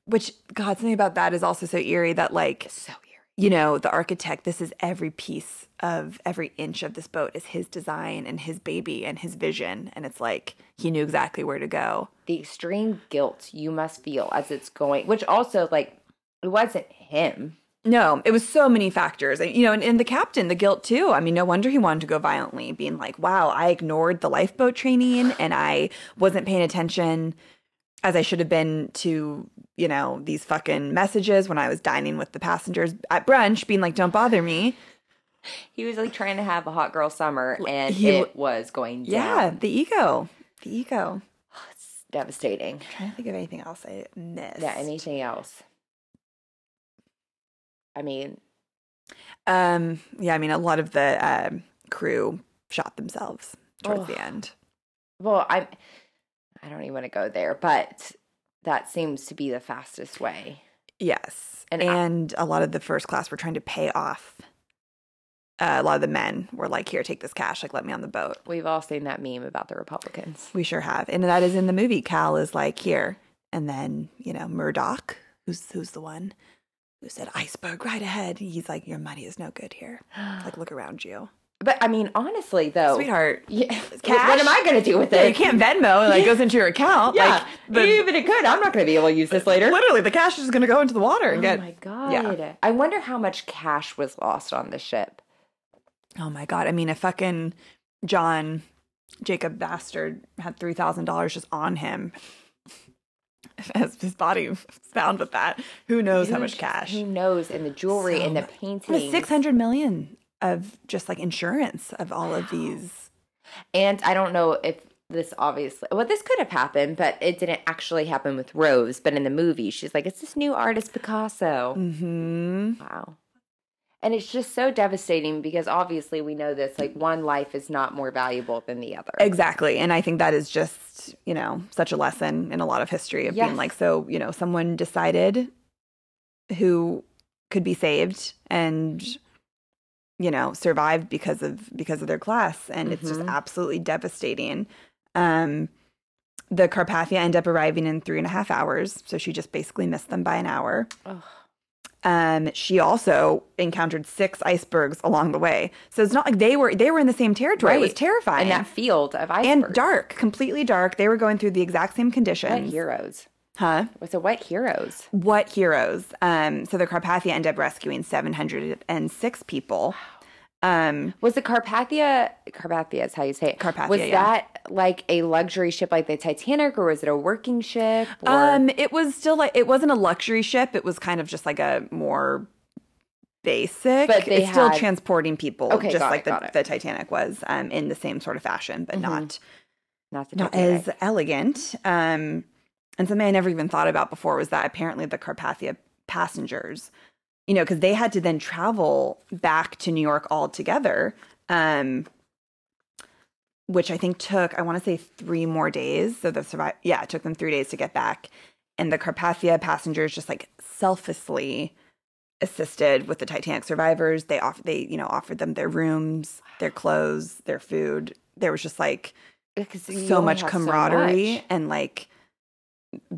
Speaker 1: Which God, something about that is also so eerie that like
Speaker 2: So eerie.
Speaker 1: you know, the architect, this is every piece of every inch of this boat is his design and his baby and his vision. And it's like he knew exactly where to go.
Speaker 2: The extreme guilt you must feel as it's going, which also like it wasn't him.
Speaker 1: No, it was so many factors. And, you know, and, and the captain, the guilt too. I mean, no wonder he wanted to go violently, being like, wow, I ignored the lifeboat training and I wasn't paying attention as I should have been to, you know, these fucking messages when I was dining with the passengers at brunch, being like, don't bother me.
Speaker 2: He was like trying to have a hot girl summer, and
Speaker 1: he-
Speaker 2: it was going
Speaker 1: Yeah,
Speaker 2: down.
Speaker 1: the ego. The ego.
Speaker 2: It's devastating.
Speaker 1: trying to think of anything else I missed.
Speaker 2: Yeah, anything else? I mean,
Speaker 1: um, yeah, I mean, a lot of the um, crew shot themselves towards
Speaker 2: Ugh.
Speaker 1: the end.
Speaker 2: well, I I don't even want to go there, but that seems to be the fastest way.
Speaker 1: Yes,
Speaker 2: And
Speaker 1: and,
Speaker 2: I-
Speaker 1: a lot of the first class were trying to pay off. Uh, a lot of the men were like, "Here, take this cash. Like, let me on the boat."
Speaker 2: We've all seen that meme about the Republicans.
Speaker 1: We sure have, and that is in the movie. Cal is like, "Here," and then you know Murdoch, who's who's the one who said iceberg right ahead. He's like, "Your money is no good here. Like, look around you,
Speaker 2: But I mean, honestly, though,
Speaker 1: sweetheart."
Speaker 2: yeah,
Speaker 1: Cash?
Speaker 2: what am I going to do with
Speaker 1: Yeah, you
Speaker 2: it?
Speaker 1: can't Venmo, like goes into your account.
Speaker 2: Yeah,
Speaker 1: Like the,
Speaker 2: even it could. I'm not going to be able to use this later.
Speaker 1: Literally, the cash is going to go into the water
Speaker 2: Oh
Speaker 1: and get.
Speaker 2: my god!
Speaker 1: yeah.
Speaker 2: I wonder how much cash was lost on the ship.
Speaker 1: oh my god! I mean, a fucking John Jacob bastard had three thousand dollars just on him. As his body was found with that, who knows how
Speaker 2: Who
Speaker 1: much
Speaker 2: just-
Speaker 1: cash?
Speaker 2: Who knows? And the jewelry
Speaker 1: So
Speaker 2: and the
Speaker 1: much. It was
Speaker 2: painting.
Speaker 1: six hundred million of just like insurance of all of these
Speaker 2: And I don't know if this obviously, well, this could have happened, but it didn't actually happen with Rose. But in the movie, she's like, it's this new artist, Picasso.
Speaker 1: Mm-hmm.
Speaker 2: Wow. And it's just so devastating because obviously we know this like one life is not more valuable than the other.
Speaker 1: Exactly. And I think that is just, you know, such a lesson in a lot of history of being
Speaker 2: Yes.
Speaker 1: like, so, you know, someone decided who could be saved and you know, survived because of because of their class and it's just
Speaker 2: Mhm.
Speaker 1: absolutely devastating. Um the Carpathia end up arriving in three and a half hours, so she just basically missed them by an hour.
Speaker 2: Ugh.
Speaker 1: Um, she also encountered six icebergs along the way, so it's not like they were they were in the same territory. It was
Speaker 2: Right.
Speaker 1: terrifying
Speaker 2: And that field of
Speaker 1: and
Speaker 2: icebergs.
Speaker 1: dark, completely dark. They were going through the exact same
Speaker 2: What
Speaker 1: conditions.
Speaker 2: heroes?
Speaker 1: Huh?
Speaker 2: Was it what heroes?
Speaker 1: What heroes? Um, so the Carpathia ended up rescuing 706 people. Um,
Speaker 2: Was the Carpathia? Carpathia is how you say it.
Speaker 1: Carpathia,
Speaker 2: Was
Speaker 1: yeah.
Speaker 2: that like a luxury ship, like the Titanic, or was it a working ship? Or,
Speaker 1: um, it was still like it wasn't a luxury ship. It was kind of just like a more basic.
Speaker 2: But they
Speaker 1: it's still
Speaker 2: had-
Speaker 1: transporting people,
Speaker 2: Okay,
Speaker 1: just
Speaker 2: got
Speaker 1: like
Speaker 2: it,
Speaker 1: the,
Speaker 2: got it. Mm-hmm.
Speaker 1: the Titanic was, um, in the same sort of fashion, but not
Speaker 2: not the
Speaker 1: not
Speaker 2: Titanic.
Speaker 1: as elegant. Um, and something I never even thought about before was that apparently the Carpathia passengers, you know, because they had to then travel back to New York all together, um, which I think took, I want to say three more days. So the survive, yeah, it took them three days to get back. And the Carpathia passengers just like selflessly assisted with the Titanic survivors. They off they, you know, offered them their rooms, their clothes, their food. There was just like
Speaker 2: 'Cause you
Speaker 1: so
Speaker 2: only
Speaker 1: much
Speaker 2: have so
Speaker 1: camaraderie
Speaker 2: much.
Speaker 1: and like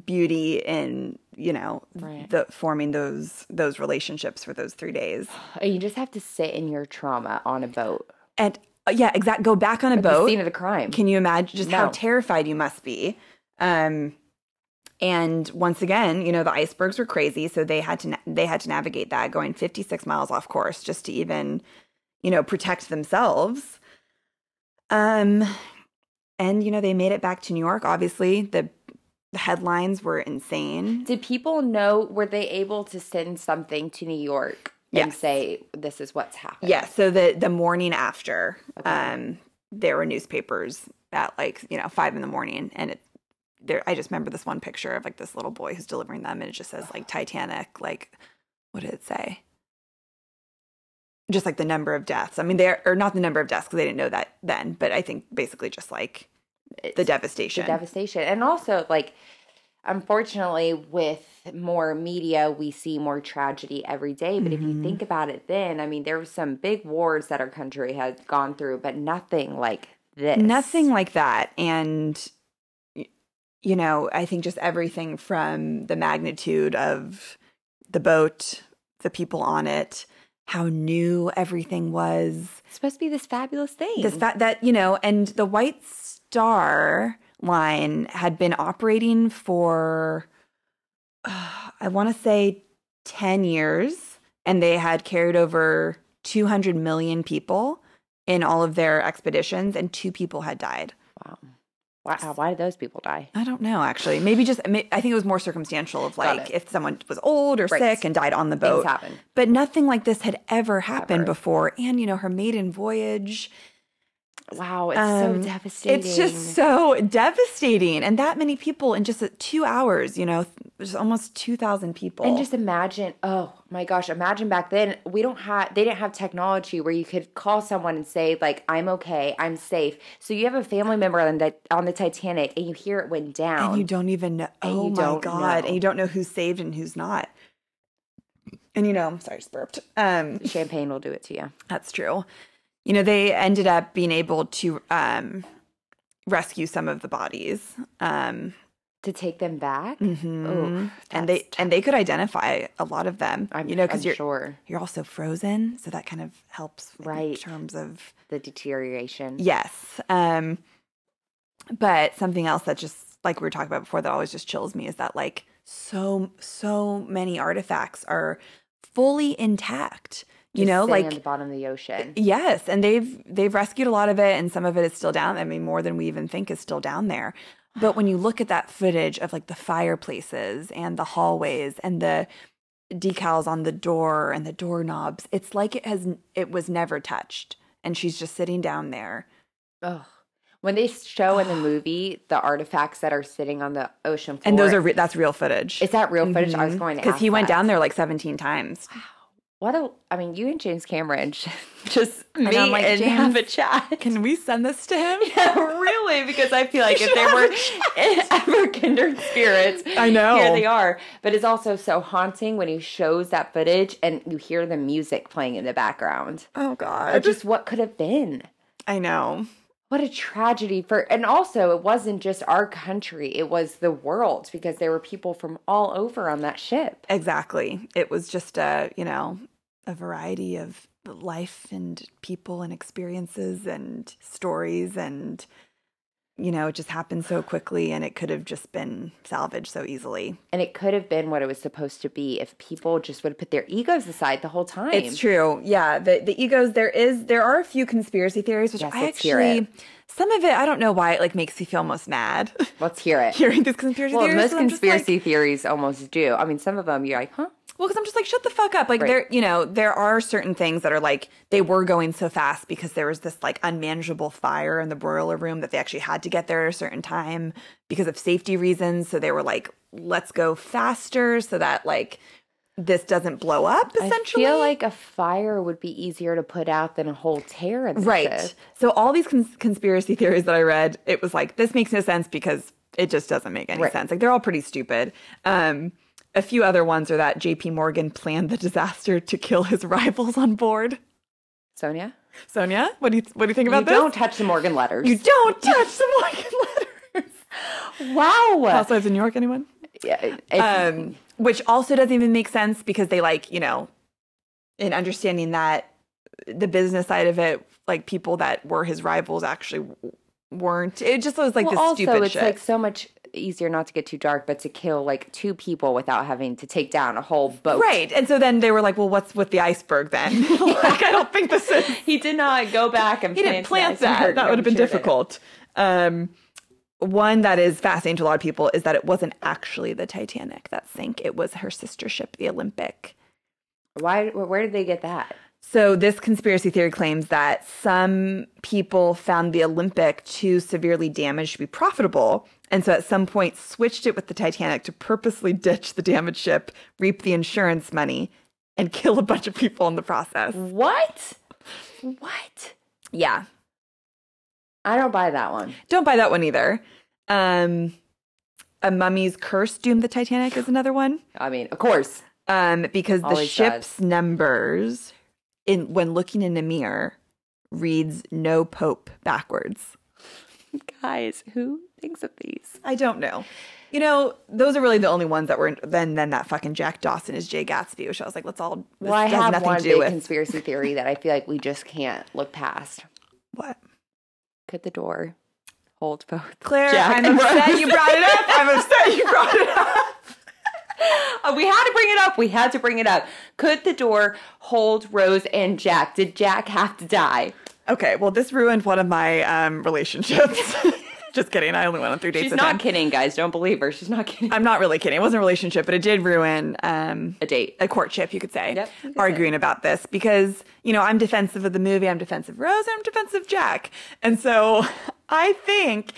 Speaker 1: beauty in you know
Speaker 2: Right.
Speaker 1: the forming those those relationships for those three days
Speaker 2: And Oh, you just have to sit in your trauma on a boat.
Speaker 1: and uh, yeah exact go back on a
Speaker 2: At the
Speaker 1: boat
Speaker 2: scene of the crime.
Speaker 1: can you imagine just how
Speaker 2: No.
Speaker 1: terrified you must be um and once again you know the icebergs were crazy so they had to na- they had to navigate that going 56 miles off course just to even you know protect themselves um and you know they made it back to new york obviously the the headlines were insane
Speaker 2: Did people know? Were they able to send something to New York and
Speaker 1: Yes.
Speaker 2: say this is what's happened?
Speaker 1: yeah so the the morning after
Speaker 2: Okay.
Speaker 1: um there were newspapers at like you know five in the morning and it there i just remember this one picture of like this little boy who's delivering them and it just says like titanic like what did it say just like the number of deaths i mean they're or not the number of deaths because they didn't know that then but i think basically just like
Speaker 2: It's-
Speaker 1: the devastation
Speaker 2: the devastation and also like unfortunately with more media we see more tragedy every day but if you
Speaker 1: Mhm.
Speaker 2: think about it then i mean there were some big wars that our country has gone through but nothing like this
Speaker 1: Nothing like that. And, y- you know, I think just everything from the magnitude of the boat, the people on it, how new everything was.
Speaker 2: it's supposed to be this fabulous thing
Speaker 1: This fact that, you know, and the White Star line had been operating for, uh, I want to say 10 years, and they had carried over 200 million people in all of their expeditions, and two people had died.
Speaker 2: wow wow why did those people die
Speaker 1: I don't know, actually. Maybe just, ma- I think it was more circumstantial of
Speaker 2: Got
Speaker 1: like
Speaker 2: it.
Speaker 1: if someone was old or
Speaker 2: Right.
Speaker 1: sick and died on the boat.
Speaker 2: things happen
Speaker 1: But nothing like this had ever happened
Speaker 2: Ever.
Speaker 1: before. And, you know, her maiden voyage.
Speaker 2: wow it's
Speaker 1: Um,
Speaker 2: so devastating
Speaker 1: It's just so devastating. And that many people in just uh, two hours, you know, there's almost 2,000 people.
Speaker 2: And just imagine, oh my gosh, imagine back then we don't have they didn't have technology where you could call someone and say like I'm okay, I'm safe. So you have a family member on the on the Titanic and you hear it went down.
Speaker 1: and you don't even know.
Speaker 2: And
Speaker 1: oh
Speaker 2: you
Speaker 1: my
Speaker 2: don't
Speaker 1: God.
Speaker 2: know.
Speaker 1: And you don't know who's saved and who's not. And, you know, I'm sorry, I just burped. Um,
Speaker 2: Champagne will do it to you.
Speaker 1: That's true. You know, they ended up being able to um, rescue some of the bodies, um,
Speaker 2: To take them back?
Speaker 1: mhm.
Speaker 2: Ooh,
Speaker 1: and they
Speaker 2: that's
Speaker 1: and they could identify a lot of them.
Speaker 2: I'm,
Speaker 1: you know,
Speaker 2: I'm
Speaker 1: because you're
Speaker 2: sure
Speaker 1: you're also frozen, so that kind of helps in
Speaker 2: Right.
Speaker 1: terms of
Speaker 2: the deterioration.
Speaker 1: yes. Um, but something else that just like we were talking about before that always just chills me is that like so so many artifacts are fully intact. You
Speaker 2: Just
Speaker 1: know,
Speaker 2: sitting
Speaker 1: like
Speaker 2: on the bottom of the ocean.
Speaker 1: Yes, and they've they've rescued a lot of it, and some of it is still down. I mean, more than we even think is still down there. But when you look at that footage of like the fireplaces and the hallways and the decals on the door and the doorknobs, it's like it has it was never touched, and she's just sitting down there
Speaker 2: Oh, When they show in the movie the artifacts that are sitting on the ocean floor,
Speaker 1: and those are re- that's real footage
Speaker 2: is that real footage? I was going to
Speaker 1: because he
Speaker 2: ask
Speaker 1: went
Speaker 2: that.
Speaker 1: down there like 17 times.
Speaker 2: What a! I mean, you and James Cameron should just meet
Speaker 1: I'm
Speaker 2: and,
Speaker 1: like, "James,
Speaker 2: have a chat.
Speaker 1: Can we send this to him?
Speaker 2: really, because I feel like if they were ever kindred spirits,
Speaker 1: I know.
Speaker 2: here they are. But it's also so haunting when he shows that footage and you hear the music playing in the background.
Speaker 1: Oh
Speaker 2: Or
Speaker 1: god.
Speaker 2: just what could have been.
Speaker 1: I know.
Speaker 2: What a tragedy for, and also it wasn't just our country; it was the world because there were people from all over on that ship.
Speaker 1: Exactly. It was just a, you know, a variety of life and people and experiences and stories and you know, it just happened so quickly and it could have just been salvaged so easily.
Speaker 2: And it could have been what it was supposed to be if people just would have put their egos aside the whole time.
Speaker 1: It's true. Yeah. The the egos there is there are a few conspiracy theories which
Speaker 2: Yes,
Speaker 1: I
Speaker 2: let's hear
Speaker 1: actually some of it I don't know why it like makes me feel most mad
Speaker 2: Let's hear it.
Speaker 1: hearing these conspiracy
Speaker 2: Well,
Speaker 1: theories.
Speaker 2: most
Speaker 1: 'cause I'm just like,
Speaker 2: conspiracy theories almost do. I mean, some of them you're like, huh?
Speaker 1: Well, because I'm just like, shut the fuck up. Like
Speaker 2: Right.
Speaker 1: there, you know, there are certain things that are like they were going so fast because there was this like unmanageable fire in the broiler room that they actually had to get there at a certain time because of safety reasons. So they were like, let's go faster so that like this doesn't blow up. Essentially,
Speaker 2: I feel like a fire would be easier to put out than a whole tear in the
Speaker 1: right.
Speaker 2: ship.
Speaker 1: So all these cons- conspiracy theories that I read, it was like this makes no sense because it just doesn't make any
Speaker 2: Right.
Speaker 1: sense. Like they're all pretty stupid. Um, a few other ones are that J.P. Morgan planned the disaster to kill his rivals on board.
Speaker 2: Sonia,
Speaker 1: Sonia, what do you what do you think
Speaker 2: you
Speaker 1: about this?
Speaker 2: don't touch the Morgan letters.
Speaker 1: you don't touch the Morgan letters.
Speaker 2: wow. uh,
Speaker 1: Housewives of New York, anyone?
Speaker 2: Yeah, it's-
Speaker 1: Um, which also doesn't even make sense because they like you know, in understanding that the business side of it, like people that were his rivals actually w- weren't. It just was like
Speaker 2: well,
Speaker 1: this
Speaker 2: also,
Speaker 1: stupid
Speaker 2: it's
Speaker 1: shit.
Speaker 2: like so much easier not to get too dark, but to kill like two people without having to take down a whole boat.
Speaker 1: Right, and so then they were like, "Well, what's with the iceberg then?" like, I don't think this is
Speaker 2: He did not go back and
Speaker 1: he didn't plant that. That would have been difficult. Um, one that is fascinating to a lot of people is that it wasn't actually the Titanic that sank; it was her sister ship, the Olympic.
Speaker 2: Why? Where did they get that?
Speaker 1: So this conspiracy theory claims that some people found the Olympic too severely damaged to be profitable, and so at some point switched it with the Titanic to purposely ditch the damaged ship, reap the insurance money, and kill a bunch of people in the process.
Speaker 2: What? What?
Speaker 1: Yeah,
Speaker 2: I don't buy that one.
Speaker 1: Don't buy that one either. Um, a mummy's curse doomed the Titanic is another one.
Speaker 2: I mean, of course.
Speaker 1: Um, because the
Speaker 2: Always
Speaker 1: ship's numbers, in when looking in a mirror, reads no pope backwards.
Speaker 2: Guys, who thinks of these?
Speaker 1: I don't know. You know, those are really the only ones that were. In, then, then that fucking Jack Dawson is Jay Gatsby, which I was like, let's all. This
Speaker 2: Well, I
Speaker 1: has
Speaker 2: have
Speaker 1: nothing
Speaker 2: one
Speaker 1: to
Speaker 2: big
Speaker 1: do with
Speaker 2: conspiracy theory that I feel like we just can't look past.
Speaker 1: what.
Speaker 2: Could the door hold both?
Speaker 1: Claire,
Speaker 2: Jack
Speaker 1: I'm
Speaker 2: and
Speaker 1: upset
Speaker 2: Rose.
Speaker 1: you brought it up. I'm upset you brought it up.
Speaker 2: Uh, we had to bring it up. We had to bring it up. Could the door hold Rose and Jack? Did Jack have to die?
Speaker 1: Okay, well, this ruined one of my um, relationships. Just kidding. I only went on three dates.
Speaker 2: She's
Speaker 1: with
Speaker 2: not
Speaker 1: him.
Speaker 2: kidding, guys. Don't believe her. She's not kidding.
Speaker 1: I'm not really kidding. It wasn't a relationship, but it did ruin um,
Speaker 2: A date.
Speaker 1: a courtship, you could say.
Speaker 2: Yep, you could
Speaker 1: arguing about this because you know I'm defensive of the movie. I'm defensive of Rose. I'm defensive of Jack, and so I think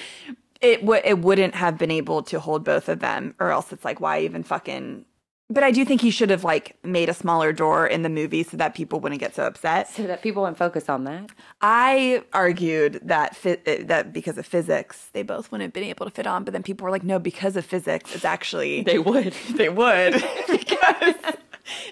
Speaker 1: it would it wouldn't have been able to hold both of them, or else it's like why even fucking. But I do think he should have like made a smaller door in the movie so that people wouldn't get so upset.
Speaker 2: So that people wouldn't focus on that.
Speaker 1: I argued that fi- uh, that because of physics, they both wouldn't have been able to fit on. But then people were like, "No, because of physics, it's actually they,
Speaker 2: would.
Speaker 1: would because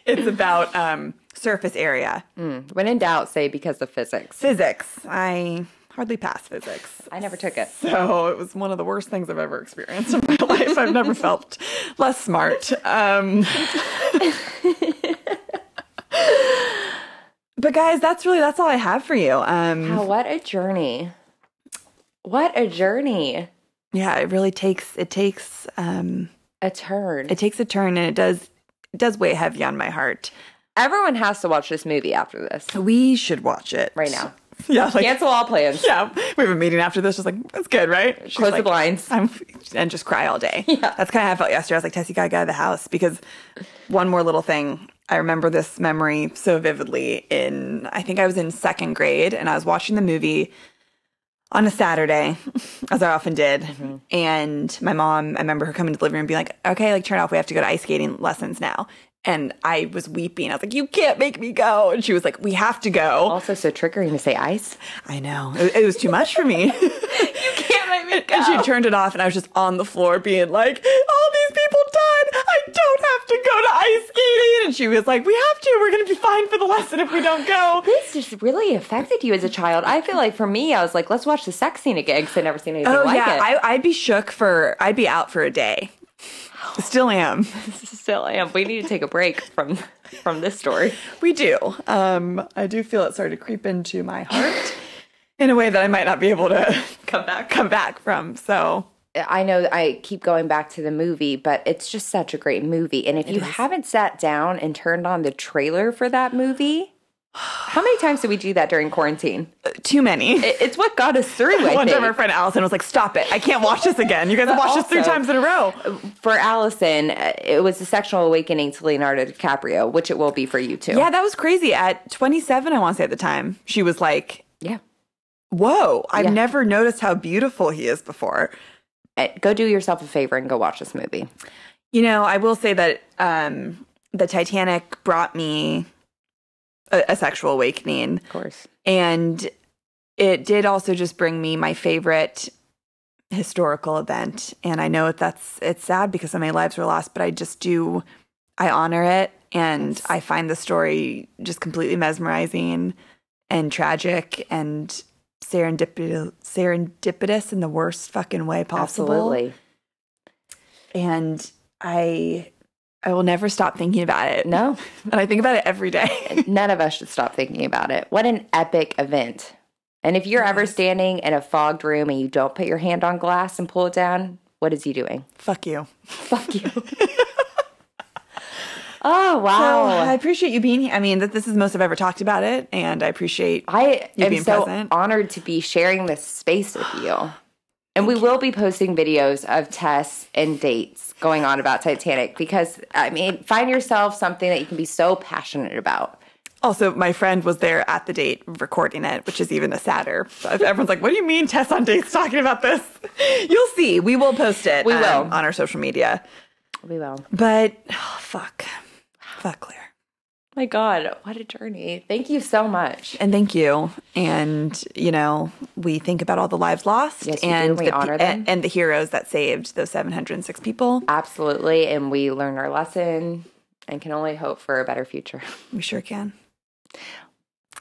Speaker 1: it's about um, surface area
Speaker 2: When in doubt, say because of physics.
Speaker 1: physics." I hardly passed physics,
Speaker 2: I never took it.
Speaker 1: so it was one of the worst things I've ever experienced in my life. I've never felt less smart. Um, but guys, that's really that's all I have for you. Um,
Speaker 2: Wow, what a journey. What a journey.
Speaker 1: yeah it really takes it takes um
Speaker 2: A turn.
Speaker 1: it takes a turn and it does it does weigh heavy on my heart
Speaker 2: Everyone has to watch this movie after this.
Speaker 1: we should watch it
Speaker 2: Right now.
Speaker 1: yeah like
Speaker 2: Cancel all plans.
Speaker 1: yeah we have a meeting after this just like that's good right She's
Speaker 2: Close the
Speaker 1: like,
Speaker 2: blinds.
Speaker 1: I'm, and just cry all day that's kind of how i felt yesterday i was like tessie gotta get out of the house because one more little thing i remember this memory so vividly in i think i was in second grade and i was watching the movie on a Saturday, as I often did. And my mom, I remember her coming to the living room and being like, okay, like turn off. We have to go to ice skating lessons now. And I was weeping. I was like, you can't make me go. And she was like, we have to go.
Speaker 2: Also, so triggering to say ice.
Speaker 1: I know. It, it was too much for me.
Speaker 2: Can't let me
Speaker 1: and she turned it off, and I was just on the floor being like, all these people died. I don't have to go to ice skating. And she was like, we have to. We're going to be fined for the lesson if we don't go.
Speaker 2: This just really affected you as a child. I feel like for me, I was like, let's watch the sex scene again because I never seen anything
Speaker 1: Oh
Speaker 2: like
Speaker 1: yeah,
Speaker 2: it.
Speaker 1: I, I'd be shook for I'd be out for a day. Still am.
Speaker 2: still am. We need to take a break from from this story.
Speaker 1: We do. Um, I do feel it started to creep into my heart in a way that I might not be able to come back come back from. So
Speaker 2: I know I keep going back to the movie, but it's just such a great movie. And if you haven't sat down and turned on the trailer for that movie, how many times did we do that during quarantine?
Speaker 1: uh, too many.
Speaker 2: It- It's what got us through. I
Speaker 1: One
Speaker 2: think.
Speaker 1: time our friend Allison was like, "Stop it! I can't watch this again. You guys have watched this three
Speaker 2: also-
Speaker 1: times in a row."
Speaker 2: for Allison, uh, it was a sexual awakening to Leonardo DiCaprio, which it will be for you too.
Speaker 1: Yeah, that was crazy. At 27, I want to say at the time, she was like,
Speaker 2: yeah.
Speaker 1: "Whoa! I've
Speaker 2: Yeah.
Speaker 1: never noticed how beautiful he is before."
Speaker 2: Uh, Go do yourself a favor and go watch this movie.
Speaker 1: You know, I will say that um, the Titanic brought me a, a sexual awakening,
Speaker 2: Of course.
Speaker 1: and it did also just bring me my favorite historical event. And I know that that's it's sad because so many lives were lost, but I just do I honor it, and I find the story just completely mesmerizing and tragic and serendipitous, serendipitous in the worst fucking way possible
Speaker 2: Absolutely.
Speaker 1: and I I will never stop thinking about it.
Speaker 2: No,
Speaker 1: And I think about it every day.
Speaker 2: none of us should stop thinking about it. What an epic event. And if you're ever standing in a fogged room and you don't put your hand on glass and pull it down, what is he doing?
Speaker 1: Fuck you.
Speaker 2: Fuck you. oh,
Speaker 1: So
Speaker 2: wow.
Speaker 1: I appreciate you being here. I mean, that this is the most I've ever talked about it, and I appreciate
Speaker 2: I
Speaker 1: You
Speaker 2: am
Speaker 1: being
Speaker 2: so
Speaker 1: present.
Speaker 2: honored to be sharing this space with you. And we will be posting videos of tests and dates going on about Titanic because, I mean, find yourself something that you can be so passionate about.
Speaker 1: also my friend was there at the date recording it, which is even a sadder. So if Everyone's like, "What do you mean Tess on dates talking about this?" You'll see. We will post it. um,
Speaker 2: We will.
Speaker 1: on our social media.
Speaker 2: We will.
Speaker 1: But oh, fuck, fuck Claire,
Speaker 2: My God, what a journey. Thank you so much.
Speaker 1: and thank you. And you know, we think about all the lives lost
Speaker 2: Yes, we do.
Speaker 1: and
Speaker 2: We
Speaker 1: the, pe-
Speaker 2: honor
Speaker 1: a-
Speaker 2: them.
Speaker 1: and the heroes that saved those 706 people.
Speaker 2: Absolutely. And we learned our lesson and can only hope for a better future.
Speaker 1: We sure can.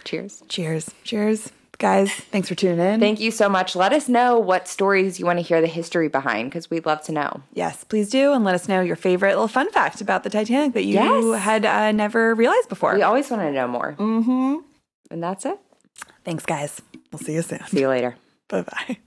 Speaker 2: Cheers.
Speaker 1: Cheers. Cheers. Guys, thanks for tuning in.
Speaker 2: Thank you so much. Let us know what stories you want to hear the history behind because we'd love to know.
Speaker 1: yes, please do. And let us know your favorite little fun fact about the Titanic that you
Speaker 2: Yes.
Speaker 1: had uh, never realized before.
Speaker 2: We always want to know more. Mm-hmm. And that's it.
Speaker 1: Thanks, guys. We'll see you soon.
Speaker 2: See you later.
Speaker 1: Bye bye.